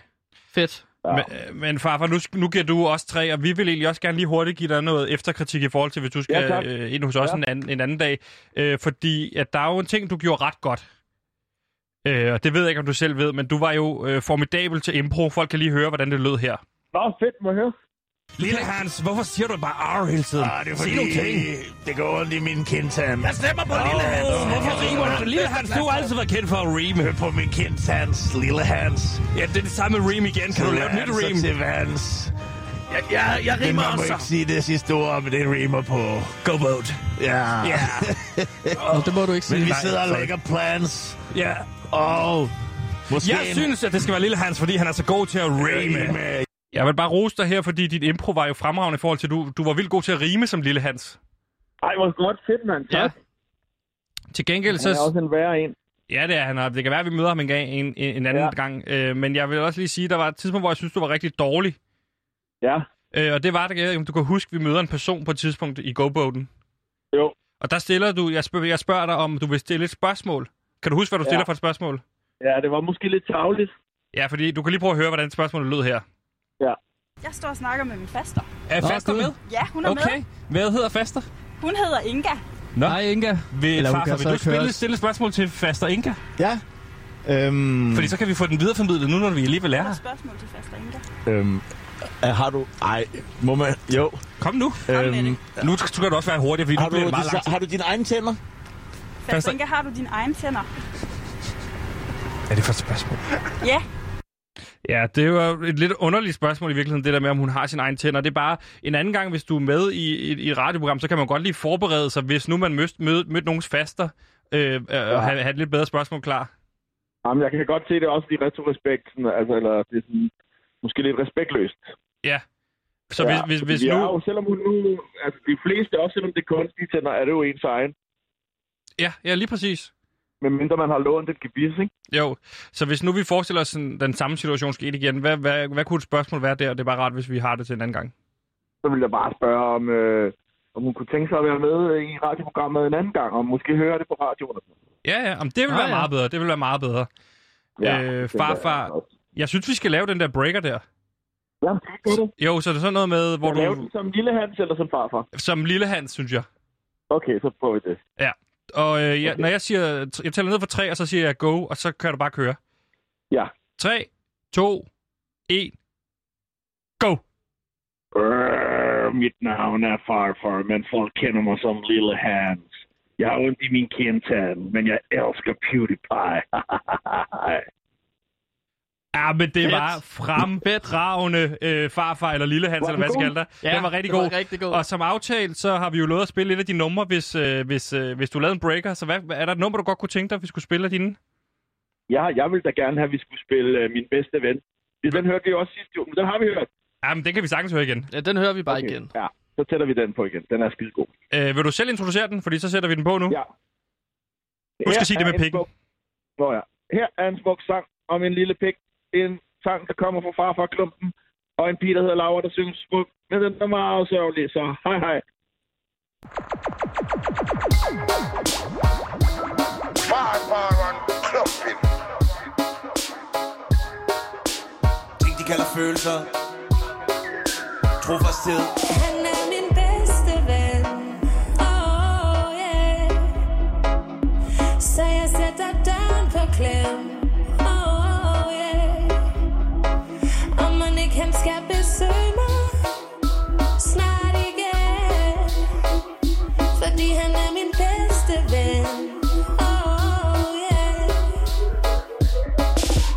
Speaker 2: Fedt.
Speaker 8: Ja. Men,
Speaker 1: Men, øh, men farfar, nu, sk- nu giver du os tre, og vi vil egentlig også gerne lige hurtigt give dig noget efterkritik i forhold til, hvis du skal
Speaker 8: tak.
Speaker 1: ja, øh, ind hos os ja.
Speaker 8: Ja.
Speaker 1: en, anden, en anden dag. Øh, fordi at der er jo en ting, du gjorde ret godt. Øh, og det ved jeg ikke, om du selv ved, men du var jo øh, formidabel til impro. Folk kan lige høre, hvordan det lød her.
Speaker 8: Nå, fedt, må jeg høre.
Speaker 1: Lille Hans, hvorfor siger du bare R hele tiden?
Speaker 7: Ah, det er fordi, det går ondt i min kindtand. Jeg stemmer på Lille Hans. Hvorfor rimer du? Lille Hans, du har altid været kendt for at rime. Hør på min kindtands, Lille Hans.
Speaker 1: Ja, det er det samme rim igen. Kan du lave et nyt rim?
Speaker 7: Til Vans. Jeg, jeg, jeg rimer også. Man må ikke sige det sidste ord, men det rimer på.
Speaker 1: altså. Go boat.
Speaker 7: Ja. [LAUGHS] ja.
Speaker 2: Nå, det må du ikke
Speaker 7: Men
Speaker 2: sige.
Speaker 7: vi sidder og lægger plans.
Speaker 1: Ja.
Speaker 7: Og måske
Speaker 1: Jeg synes, at det skal være Lille Hans, fordi han er så god til at rime.
Speaker 7: Rime.
Speaker 1: Jeg vil bare rose dig her, fordi dit impro var jo fremragende i forhold til, du, du var vildt god til at rime som Lille Hans.
Speaker 8: Ej, hvor godt fedt, mand. Tak.
Speaker 2: Ja.
Speaker 8: Ja,
Speaker 1: Til gengæld
Speaker 8: han er
Speaker 1: så...
Speaker 8: også en værre en.
Speaker 1: Ja, det er han. og Det kan være, at vi møder ham en, gang, en, en en anden ja.
Speaker 8: Ja.
Speaker 1: gang. Øh, men jeg vil også lige sige, at der var et tidspunkt, hvor jeg synes, du var rigtig dårlig.
Speaker 8: Ja,
Speaker 1: Øh, og det var det, jeg ved ikke, om du kan huske, vi møder en person på et tidspunkt i GoBoaten.
Speaker 8: Jo.
Speaker 1: Og der stiller du... Jeg spørger, jeg spørger dig, om du vil stille et spørgsmål. Kan du huske, hvad du
Speaker 8: Ja.
Speaker 1: stiller for et spørgsmål?
Speaker 8: ja det var måske lidt tavligt.
Speaker 1: Ja, fordi du kan lige prøve at høre, hvordan spørgsmålet lød her.
Speaker 9: Jeg står og snakker med min faster.
Speaker 10: Er Faster med?
Speaker 9: Ja, hun er
Speaker 10: Okay.
Speaker 9: med.
Speaker 10: Hvad hedder Faster?
Speaker 9: Hun hedder Inga.
Speaker 2: Nej, Inga.
Speaker 10: Vil,
Speaker 2: Eller hun kan
Speaker 10: farfar, vil
Speaker 2: så
Speaker 10: du
Speaker 2: ikke
Speaker 10: spille,
Speaker 2: høres.
Speaker 10: stille et spørgsmål til Faster Inga?
Speaker 7: Ja. Øhm,
Speaker 10: Fordi så kan vi få den videreformidlet nu, når vi alligevel er
Speaker 9: Der
Speaker 10: her.
Speaker 9: er spørgsmål til faster Inga.
Speaker 7: øhm, øh, har du... Ej, må man... Jo.
Speaker 10: Kom nu. Øhm,
Speaker 9: med det.
Speaker 10: Nu skal du også være hurtig, fordi nu
Speaker 7: har, du,
Speaker 10: bliver det meget
Speaker 7: desi-
Speaker 10: langt.
Speaker 7: har du dine egne tænder?
Speaker 9: Faster Inga, har du dine egne tænder?
Speaker 10: Er det for et spørgsmål?
Speaker 9: Ja.
Speaker 1: Ja, det var et lidt underligt spørgsmål i virkeligheden, det der med, om hun har sine egne tænder. Det er bare, en anden gang, hvis du er med i, i, i et radioprogram, så kan man godt lige forberede sig, hvis nu man mødte mød, mød nogens faster, øh, øh, og have, have et lidt bedre spørgsmål klar.
Speaker 8: Jamen, jeg kan godt se det også i retrospekt. sådan, Altså, eller det er sådan, måske lidt respektløst.
Speaker 1: Så hvis, ja, hvis,
Speaker 8: fordi
Speaker 1: hvis
Speaker 8: vi
Speaker 1: nu...
Speaker 8: er Jo, selvom hun nu... Altså, de fleste, også selvom det er kunstige tænder, er det jo ens egen.
Speaker 1: Ja, ja, lige præcis.
Speaker 8: Medmindre man har lånt et gebis, ikke?
Speaker 1: Jo, så hvis nu vi forestiller os sådan, den samme situation skete igen, hvad, hvad, hvad kunne et spørgsmål være der? Det er bare rart, hvis vi har det til en anden gang.
Speaker 8: Så vil jeg bare spørge, om, øh, om hun kunne tænke sig at være med i radioprogrammet en anden gang, og måske høre det på radioen. og
Speaker 1: Øh,
Speaker 8: sådan noget.
Speaker 1: Ja, Ah, ja, om det vil
Speaker 2: Nå,
Speaker 1: være
Speaker 2: ja.
Speaker 1: meget bedre. Det vil være meget bedre. Øh,
Speaker 8: det tænker
Speaker 1: farfar,
Speaker 8: jeg også.
Speaker 1: Jeg synes, vi skal lave den der breaker der.
Speaker 8: Ja, det er det.
Speaker 1: Jo, så er det sådan noget med, hvor
Speaker 8: Skal jeg lave
Speaker 1: du...
Speaker 8: den som lille Hans eller som farfar?
Speaker 1: Som Lille Hans, synes jeg.
Speaker 8: Okay, så prøver vi det.
Speaker 1: Og øh, jeg,
Speaker 8: Okay.
Speaker 1: når jeg siger, jeg tæller ned fra tre, og så siger jeg go, og så kan du bare køre.
Speaker 8: Ja.
Speaker 1: 3, 2, 1, go!
Speaker 8: Øh, mit navn er Farfar, men folk kender mig som Lille Hans. Jeg har ondt i min [LAUGHS] kindtand, men jeg elsker PewDiePie.
Speaker 1: Ja, men det
Speaker 2: Fedt.
Speaker 1: var fremragende øh, farfar eller lille Hans,
Speaker 2: Var
Speaker 1: eller
Speaker 2: den
Speaker 1: hvad skal
Speaker 2: god?
Speaker 1: kalde dig.
Speaker 2: Ja,
Speaker 1: den var rigtig
Speaker 2: den
Speaker 1: god.
Speaker 2: var rigtig god.
Speaker 1: Og som aftalt, så har vi jo lovet at spille et af dine numre, hvis, øh, hvis, øh, hvis du lavede en breaker. Så hvad, er der et nummer, du godt kunne tænke dig, at vi skulle spille af dine?
Speaker 11: Ja, jeg ville da gerne have, at vi skulle spille øh, Min Bedste Ven. Den hørte vi jo også sidste uge, men den har vi hørt.
Speaker 1: Jamen, den kan vi sagtens høre igen.
Speaker 2: Ja, den hører vi bare
Speaker 11: okay. igen. Ja, så sætter vi den på igen. Den er skide god.
Speaker 1: Øh, vil du selv introducere den, fordi så sætter vi den på nu?
Speaker 11: Ja.
Speaker 1: Husk
Speaker 11: Her
Speaker 1: at sige det
Speaker 11: er
Speaker 1: med
Speaker 11: en
Speaker 1: pikken.
Speaker 11: smuk- Nå ja. Her er en smuk sang om en lille pik. En sang, der kommer fra farfar Klumpen. Og en pige, der hedder Laura, der synger smuk. Men den er meget sørgelig, så hej hej.
Speaker 12: Farfaren Klumpen.
Speaker 8: Ting de kalder følelser Trofasthed
Speaker 13: Han er min bedste ven. Oh, yeah. Så jeg sætter døren på klem. Oh, yeah. Om man ikke han skal besøge mig snart igen. Fordi han er min bedste ven. Oh, yeah.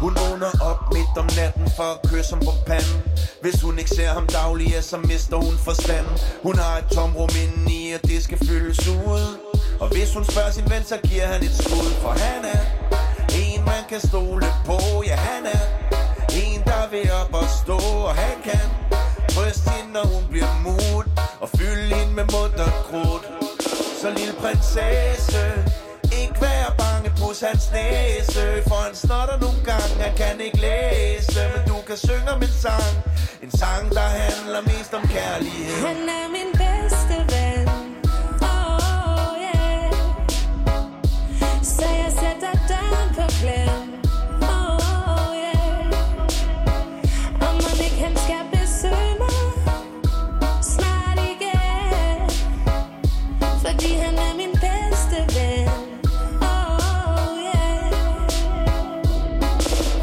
Speaker 8: Hun vågner op midt om natten for at kysse ham på panden Hvis hun ikke ser ham daglig, ja, så mister hun forstanden Hun har et tomrum indeni, og det skal fyldes ud Og hvis hun spørger sin ven, så giver han et skud For han er en, man kan stole på Ja, han er en, der vil op og stå Og han kan trøste hende, når hun bliver mut Og fylde hende med munter krudt Så lille prinsesse ikke være bange på hans næse For han snotter nogle gange, han kan ikke læse Men du kan synge om en sang En sang, der handler mest om kærlighed
Speaker 13: Han er min bedste ven. Oh, yeah. Så jeg sætter døren på klem. Oh, yeah. Om mon ikke han skal besøge mig snart igen. Fordi han er min bedste ven. Oh,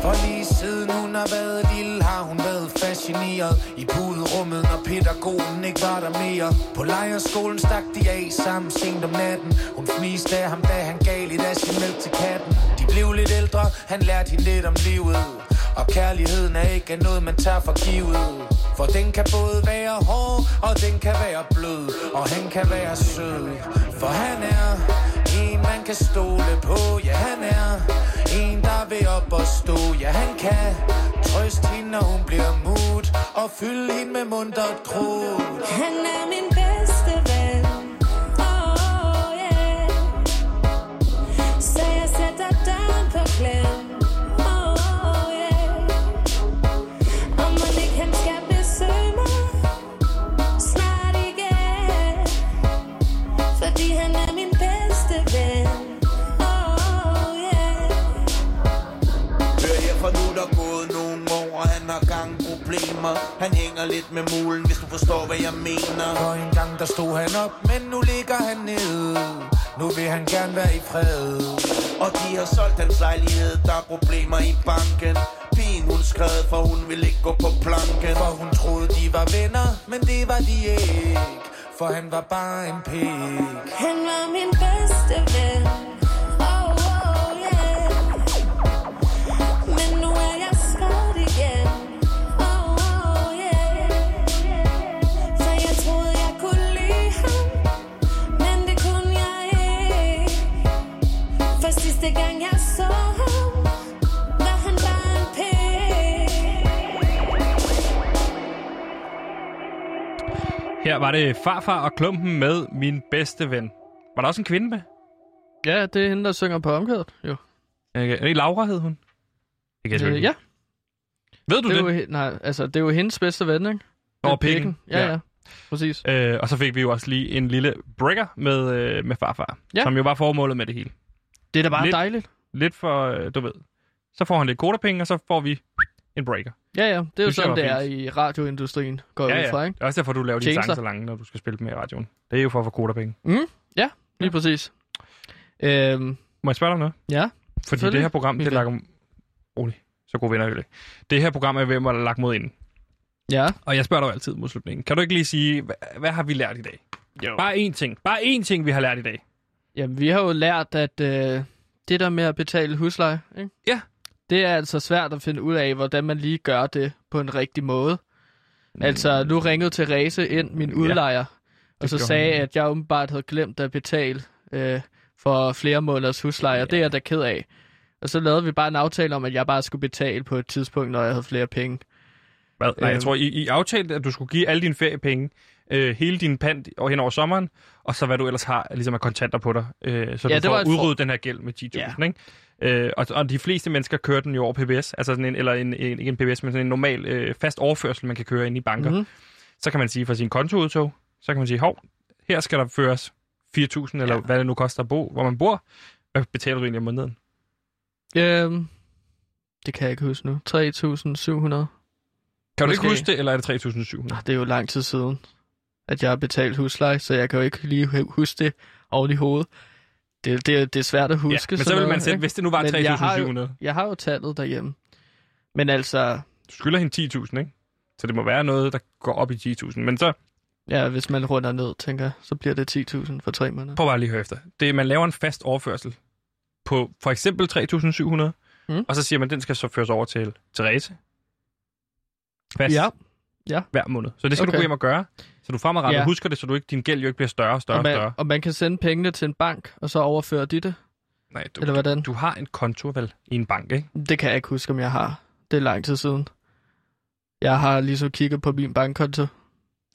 Speaker 8: For lige siden hun har været lille, har hun været fascineret I puderummet, når pædagogen ikke var der mere På lejerskolen stak de af sammen sent om natten Hun fniste af ham, da han gav lidt af sin mælk til katten De blev lidt ældre, han lærte hende lidt om livet Og kærligheden er ikke noget, man tager for givet for den kan både være hård, og den kan være blød, og han kan være sød. For han er en, man kan stole på, ja han er en, der vil op og stå, ja han kan trøste hende, når hun bliver mut, og fylde hende med mundret krudt.
Speaker 13: Han er min bedste ven. Oh, yeah. Så jeg sætter døren på klem. Oh, yeah. Om mon ikke han skal besøge mig snart igen. Fordi han er min bedste ven. Oh, yeah.
Speaker 8: Hør her, for nu er der gået nogle år, og han har gang problemer. Han hænger lidt med mulen, hvis du forstår, hvad jeg mener.
Speaker 12: Og en gang der stod han op, men nu ligger han nede. Nu vil han gerne være i fred.
Speaker 8: Og de har solgt hans lejlighed, der er problemer i banken Pigen hun skred, for hun ville ikke gå på planken For hun troede de var venner, men det var de ikke For han var bare en pik
Speaker 13: Han var min bedste ven. Oh, oh, yeah. Men nu er jeg skrevet igen. Oh, oh, yeah. For jeg troede, jeg kunne lide ham. Men det kunne jeg ikke. For sidste gang jeg så ham, var han bare en pæk.
Speaker 1: Her var det farfar og klumpen med min bedste ven. Var der også en kvinde med?
Speaker 2: Ja, det er hende, der synger på omkvædet, jo.
Speaker 1: Okay. Øh, Er det Laura, hed hun? Det kan jeg
Speaker 2: Øh, ja.
Speaker 1: Ved du
Speaker 2: det?
Speaker 1: det?
Speaker 2: Er jo, he- nej, altså, det er jo hendes bedste ven, ikke? Det er
Speaker 1: Over pikken.
Speaker 2: Ja, ja. Præcis.
Speaker 1: Øh, og så fik vi jo også lige en lille breaker med, øh, med farfar,
Speaker 2: Ja.
Speaker 1: ja. som jo var formålet med det hele.
Speaker 2: Det er da bare dejligt.
Speaker 1: Lidt for, øh, du ved. Så får han lidt kodapenge, og så får vi en breaker.
Speaker 2: Ja, ja. Det er jo
Speaker 1: Synes jeg
Speaker 2: sådan,
Speaker 1: var
Speaker 2: det er
Speaker 1: fint.
Speaker 2: i radioindustrien, går jeg ud fra, ikke?
Speaker 1: Det er Også derfor, du laver dine
Speaker 2: Tjenester.
Speaker 1: sange så lange, når du skal spille dem her i radioen. Det er jo for at få kodapenge.
Speaker 2: Mm, ja, lige præcis. Øhm,
Speaker 1: Må jeg spørge dig om noget?
Speaker 2: Ja,
Speaker 1: Fordi
Speaker 2: selvfølgelig,
Speaker 1: det her program, det er
Speaker 2: Michael.
Speaker 1: lagt... Rolig, så gode venner er vi ikke. Det her program er ved at være lagt mod inden.
Speaker 2: Ja.
Speaker 1: Og jeg spørger dig jo altid mod slutningen. Kan du ikke lige sige, hvad, hvad har vi lært i dag?
Speaker 2: Jo.
Speaker 1: Bare én ting. Bare én ting, vi har lært i dag.
Speaker 2: Jamen, vi har jo lært, at øh, det der med at betale husleje, ikke?
Speaker 1: Ja.
Speaker 2: Det er altså svært at finde ud af, hvordan man lige gør det på en rigtig måde. Altså, nu ringede Therese ind, min udlejer, og så
Speaker 1: gjorde
Speaker 2: sagde,
Speaker 1: hun.
Speaker 2: at jeg åbenbart havde glemt at betale øh, for flere måneders husleje, og det er jeg da ked af. Og så lavede vi bare en aftale om, at jeg bare skulle betale på et tidspunkt, når jeg havde flere penge.
Speaker 1: Hvad? Nej, jeg
Speaker 2: Øhm.
Speaker 1: tror, I, I aftalte, at du skulle give alle dine feriepenge, øh, hele din pant og hen over sommeren, og så hvad du ellers har ligesom af kontanter på dig, øh, så
Speaker 2: Ja,
Speaker 1: ja,
Speaker 2: det
Speaker 1: du får
Speaker 2: var et for-
Speaker 1: udryddet den her gæld med 10.000, ja. ikke? Øh, og, og de fleste mennesker kører den jo over PBS, altså sådan en, eller en, en, ikke en PBS, men sådan en normal øh, fast overførsel, man kan køre ind i banker.
Speaker 2: Mhm.
Speaker 1: Mm-hmm. Så kan man sige fra sin kontoudtog, så kan man sige, hov, her skal der føres 4.000, eller ja. hvad det nu koster at bo, hvor man bor. Hvad betaler du egentlig om måneden?
Speaker 2: Øhm, det kan jeg ikke huske nu. 3.700. Kan
Speaker 1: Kan du ikke huske det, eller er det 3.700?
Speaker 2: Det er jo lang tid siden, at jeg har betalt husleje, så jeg kan jo ikke lige hu- huske det oven i hovedet. Det, det, det er svært at huske.
Speaker 1: men så ville
Speaker 2: sådan noget,
Speaker 1: man sætte,
Speaker 2: ikke?
Speaker 1: hvis det nu var
Speaker 2: Men jeg har jo-
Speaker 1: 3.700.
Speaker 2: Jeg har jo tallet derhjemme. Men altså...
Speaker 1: Du skylder hende 10.000, ikke? Så det må være noget, der går op i 10.000. Men så
Speaker 2: Ja, hvis man runder ned, tænker jeg, så bliver det 10.000 for tre måneder.
Speaker 1: prøv bare lige at høre efter. Det, er, man laver en fast overførsel på for eksempel 3.700,
Speaker 2: Mm.
Speaker 1: mm. og så siger man, at den skal så føres over til Therese. Fast
Speaker 2: Ja. Ja.
Speaker 1: hver måned. Så det skal okay.
Speaker 2: Okay.
Speaker 1: du gå hjem og gøre, så du fremadrettet
Speaker 2: Ja.
Speaker 1: ja. husker det, så du ikke, din gæld jo ikke bliver større og større
Speaker 2: og,
Speaker 1: og
Speaker 2: man,
Speaker 1: større.
Speaker 2: og man kan sende pengene til en bank, og så overfører de det.
Speaker 1: Nej, du,
Speaker 2: Eller hvordan?
Speaker 1: du har en konto vel i en bank, ikke?
Speaker 2: Det kan jeg ikke huske, om jeg har. Det er lang tid siden. Jeg har lige så kigget på min bankkonto.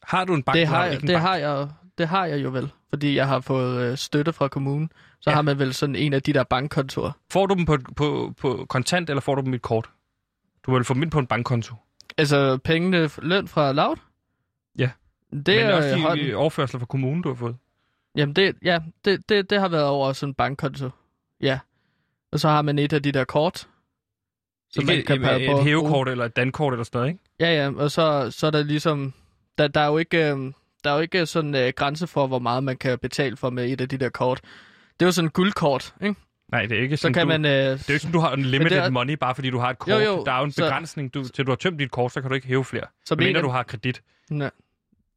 Speaker 1: Har du en bank?
Speaker 2: det
Speaker 1: Du
Speaker 2: har,
Speaker 1: jo
Speaker 2: jeg,
Speaker 1: ikke en
Speaker 2: det
Speaker 1: bank.
Speaker 2: har jeg, det har jeg jo vel, fordi jeg har fået øh, støtte fra kommunen. Så ja. har man vel sådan en af de der bankkontorer.
Speaker 1: Får du dem på, på, på kontant, eller får du dem i et kort? Du vil få dem ind på en bankkonto.
Speaker 2: Altså pengene, f- løn fra Loud?
Speaker 1: Ja.
Speaker 2: Det
Speaker 1: Men
Speaker 2: er
Speaker 1: også
Speaker 2: i hånden.
Speaker 1: de overførsler fra kommunen, du har fået.
Speaker 2: Jamen det, ja, det, det, det har været over sådan en bankkonto. Ja. Og så har man et af de der kort.
Speaker 1: Som ikke, man kan
Speaker 2: pege
Speaker 1: et,
Speaker 2: på. Oh.
Speaker 1: et hævekort eller et dankort eller sådan noget, ikke?
Speaker 2: Ja, ja, og så, så er der ligesom... Der, der er jo ikke, øh, der er jo ikke sådan øh, grænse for, hvor meget man kan betale for med et af de der kort. Det er jo sådan et guldkort, ikke?
Speaker 1: Nej, det er ikke
Speaker 2: Så
Speaker 1: sådan,
Speaker 2: kan
Speaker 1: du,
Speaker 2: man, øh,
Speaker 1: Det er jo ikke sådan, du har en limited
Speaker 2: det er-
Speaker 1: er, money, bare fordi du har et kort.
Speaker 2: Jo, jo,
Speaker 1: der er jo en
Speaker 2: så-
Speaker 1: begrænsning. Du, til du har tømt dit kort, så kan du ikke hæve flere.
Speaker 2: Så
Speaker 1: Så mener
Speaker 2: mener-
Speaker 1: du har kredit.
Speaker 2: Nej.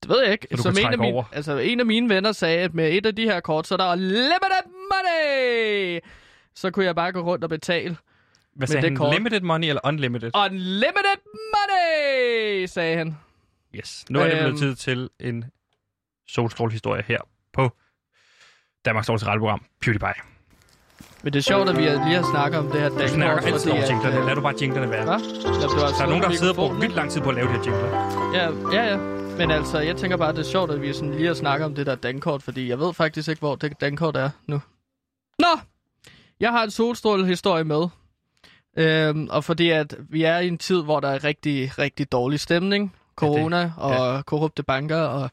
Speaker 2: Det ved jeg ikke.
Speaker 1: Så du kan
Speaker 2: en, af
Speaker 1: trække
Speaker 2: mine,
Speaker 1: over.
Speaker 2: altså, en af mine venner sagde, at med et af de her kort, så er der limited money! Så kunne jeg bare gå rundt og betale.
Speaker 1: Hvad sagde
Speaker 2: det
Speaker 1: han?
Speaker 2: kort.
Speaker 1: Limited money eller unlimited?
Speaker 2: Unlimited money, sagde han.
Speaker 1: Yes. Nu er det
Speaker 2: Øhm.
Speaker 1: blevet tid til en solstrålhistorie her på Danmarks Dårligste Radioprogram, PewDiePie.
Speaker 2: Men det er sjovt, at vi lige har snakket om det her
Speaker 1: Du
Speaker 2: dankort.
Speaker 1: snakker altid over jinglerne. Lad
Speaker 2: Lad
Speaker 1: du bare jinglerne være.
Speaker 2: Hva?
Speaker 1: Der er nogen, der har siddet og brugt vildt lang tid på at lave de her jingler.
Speaker 2: Ja, ja, ja. Men altså, jeg tænker bare, at det er sjovt, at vi sådan lige har snakket om det der dankort, fordi jeg ved faktisk ikke, hvor det dankort er nu. Nå! Jeg har en solstrålehistorie med. Øhm, og fordi at vi er i en tid, hvor der er rigtig, rigtig dårlig stemning. Corona ja, og korrupte banker og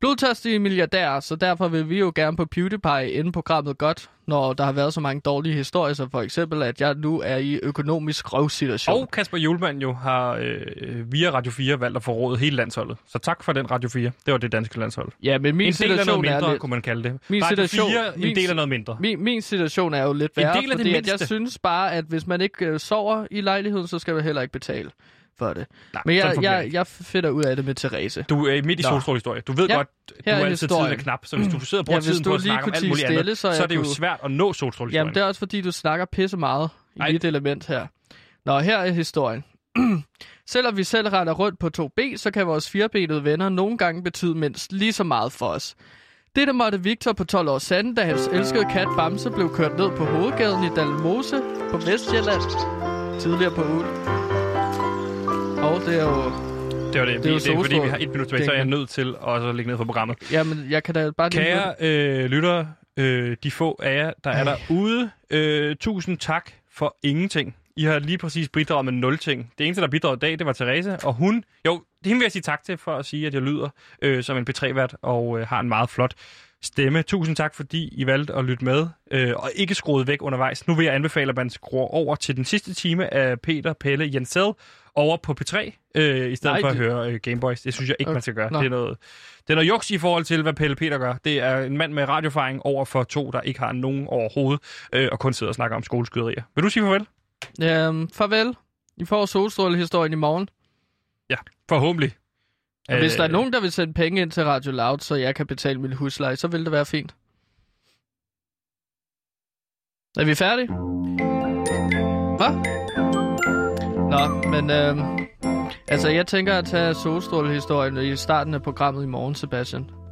Speaker 2: blodtørstige milliardærer, så derfor vil vi jo gerne på PewDiePie inden programmet godt, når der har været så mange dårlige historier, som for eksempel, at jeg nu er i økonomisk røvsituation.
Speaker 1: Og Kasper Julemand jo har øh, via Radio 4 valgt at forråde hele landsholdet. Så tak for den Radio 4. Det var det danske landshold.
Speaker 2: Ja, men min
Speaker 1: en del af noget
Speaker 2: situation er
Speaker 1: mindre,
Speaker 2: lidt-
Speaker 1: kunne man kalde det.
Speaker 2: Min
Speaker 1: Radio
Speaker 2: situation,
Speaker 1: 4, en
Speaker 2: min-
Speaker 1: del af noget mindre.
Speaker 2: Min, min situation er jo lidt
Speaker 1: En
Speaker 2: værre,
Speaker 1: del af det
Speaker 2: fordi at jeg
Speaker 1: mindste.
Speaker 2: synes bare, at hvis man ikke øh, sover i lejligheden, så skal man heller ikke betale for det.
Speaker 1: Nej,
Speaker 2: Men jeg,
Speaker 1: sådan fungerer det
Speaker 2: jeg,
Speaker 1: ikke.
Speaker 2: jeg finder ud af det med Therese.
Speaker 1: Du er midt i
Speaker 2: Nå.
Speaker 1: solstrålehistorie. Du ved
Speaker 2: Ja,
Speaker 1: godt, du
Speaker 2: her
Speaker 1: er
Speaker 2: er
Speaker 1: altid tiden
Speaker 2: historien. Mm.
Speaker 1: er knap, så hvis du sidder og bruger
Speaker 2: Ja, hvis
Speaker 1: tiden
Speaker 2: du
Speaker 1: på at
Speaker 2: lige
Speaker 1: snakke om
Speaker 2: kunne
Speaker 1: alt
Speaker 2: tie
Speaker 1: muligt
Speaker 2: stille,
Speaker 1: andet,
Speaker 2: så
Speaker 1: så,
Speaker 2: jeg
Speaker 1: er det jo
Speaker 2: kunne-
Speaker 1: svært at nå solstrålehistorien.
Speaker 2: Jamen, det er også fordi, du snakker pisse meget i Ej. mit element her. Nå, her er historien. [CLEARS THROAT] Selvom vi selv retter rundt på 2B, så kan vores firbenede venner nogle gange betyde mindst lige så meget for os. Dette måtte Victor på 12 år sande, da hans elskede kat Bamse blev kørt ned på hovedgaden i Dalmose på Vestjylland tidligere på ugen. Og det er jo...
Speaker 1: det var det.
Speaker 2: det
Speaker 1: Det er,
Speaker 2: er jo
Speaker 1: det er fordi, vi har et
Speaker 2: solstråle-
Speaker 1: minut tilbage, så er jeg
Speaker 2: dækkende.
Speaker 1: nødt til også at lægge ned for programmet.
Speaker 2: Jamen, jeg kan da bare lige...
Speaker 1: Kære øh, lyttere, øh, de få af jer, der er
Speaker 2: Ej.
Speaker 1: derude, øh, tusind tak for ingenting. I har lige præcis bidraget med nul ting. Det eneste, der bidrog i dag, det var Therese, og hun... Jo, hende vil jeg sige tak til for at sige, at jeg lyder øh, som en betrævært og øh, har en meget flot stemme. Tusind tak, fordi I valgte at lytte med øh, og ikke skruede væk undervejs. Nu vil jeg anbefale, at man skruer over til den sidste time af Peter Pelle Jensel over på P3, øh, i stedet
Speaker 2: Nej,
Speaker 1: for at
Speaker 2: det-
Speaker 1: høre øh, Gameboys. Det synes jeg ikke, man skal gøre.
Speaker 2: Nå.
Speaker 1: Det er noget, det er noget juks i forhold til, hvad Pelle Peter gør. Det er en mand med radiofaring over for to, der ikke har nogen overhovedet, øh, og kun sidder og snakker om skoleskyderier. Vil du sige farvel?
Speaker 2: Øhm, farvel. I får solstrålehistorien i morgen.
Speaker 1: Ja, forhåbentlig.
Speaker 2: Og hvis
Speaker 1: Øh,
Speaker 2: der er nogen, der vil sende penge ind til Radio Loud, så jeg kan betale min husleje, så vil det være fint. Er vi færdige? Hvad? Nå, men øhm, øh, altså jeg tænker at tage solstrålehistorien i starten af programmet i morgen, Sebastian.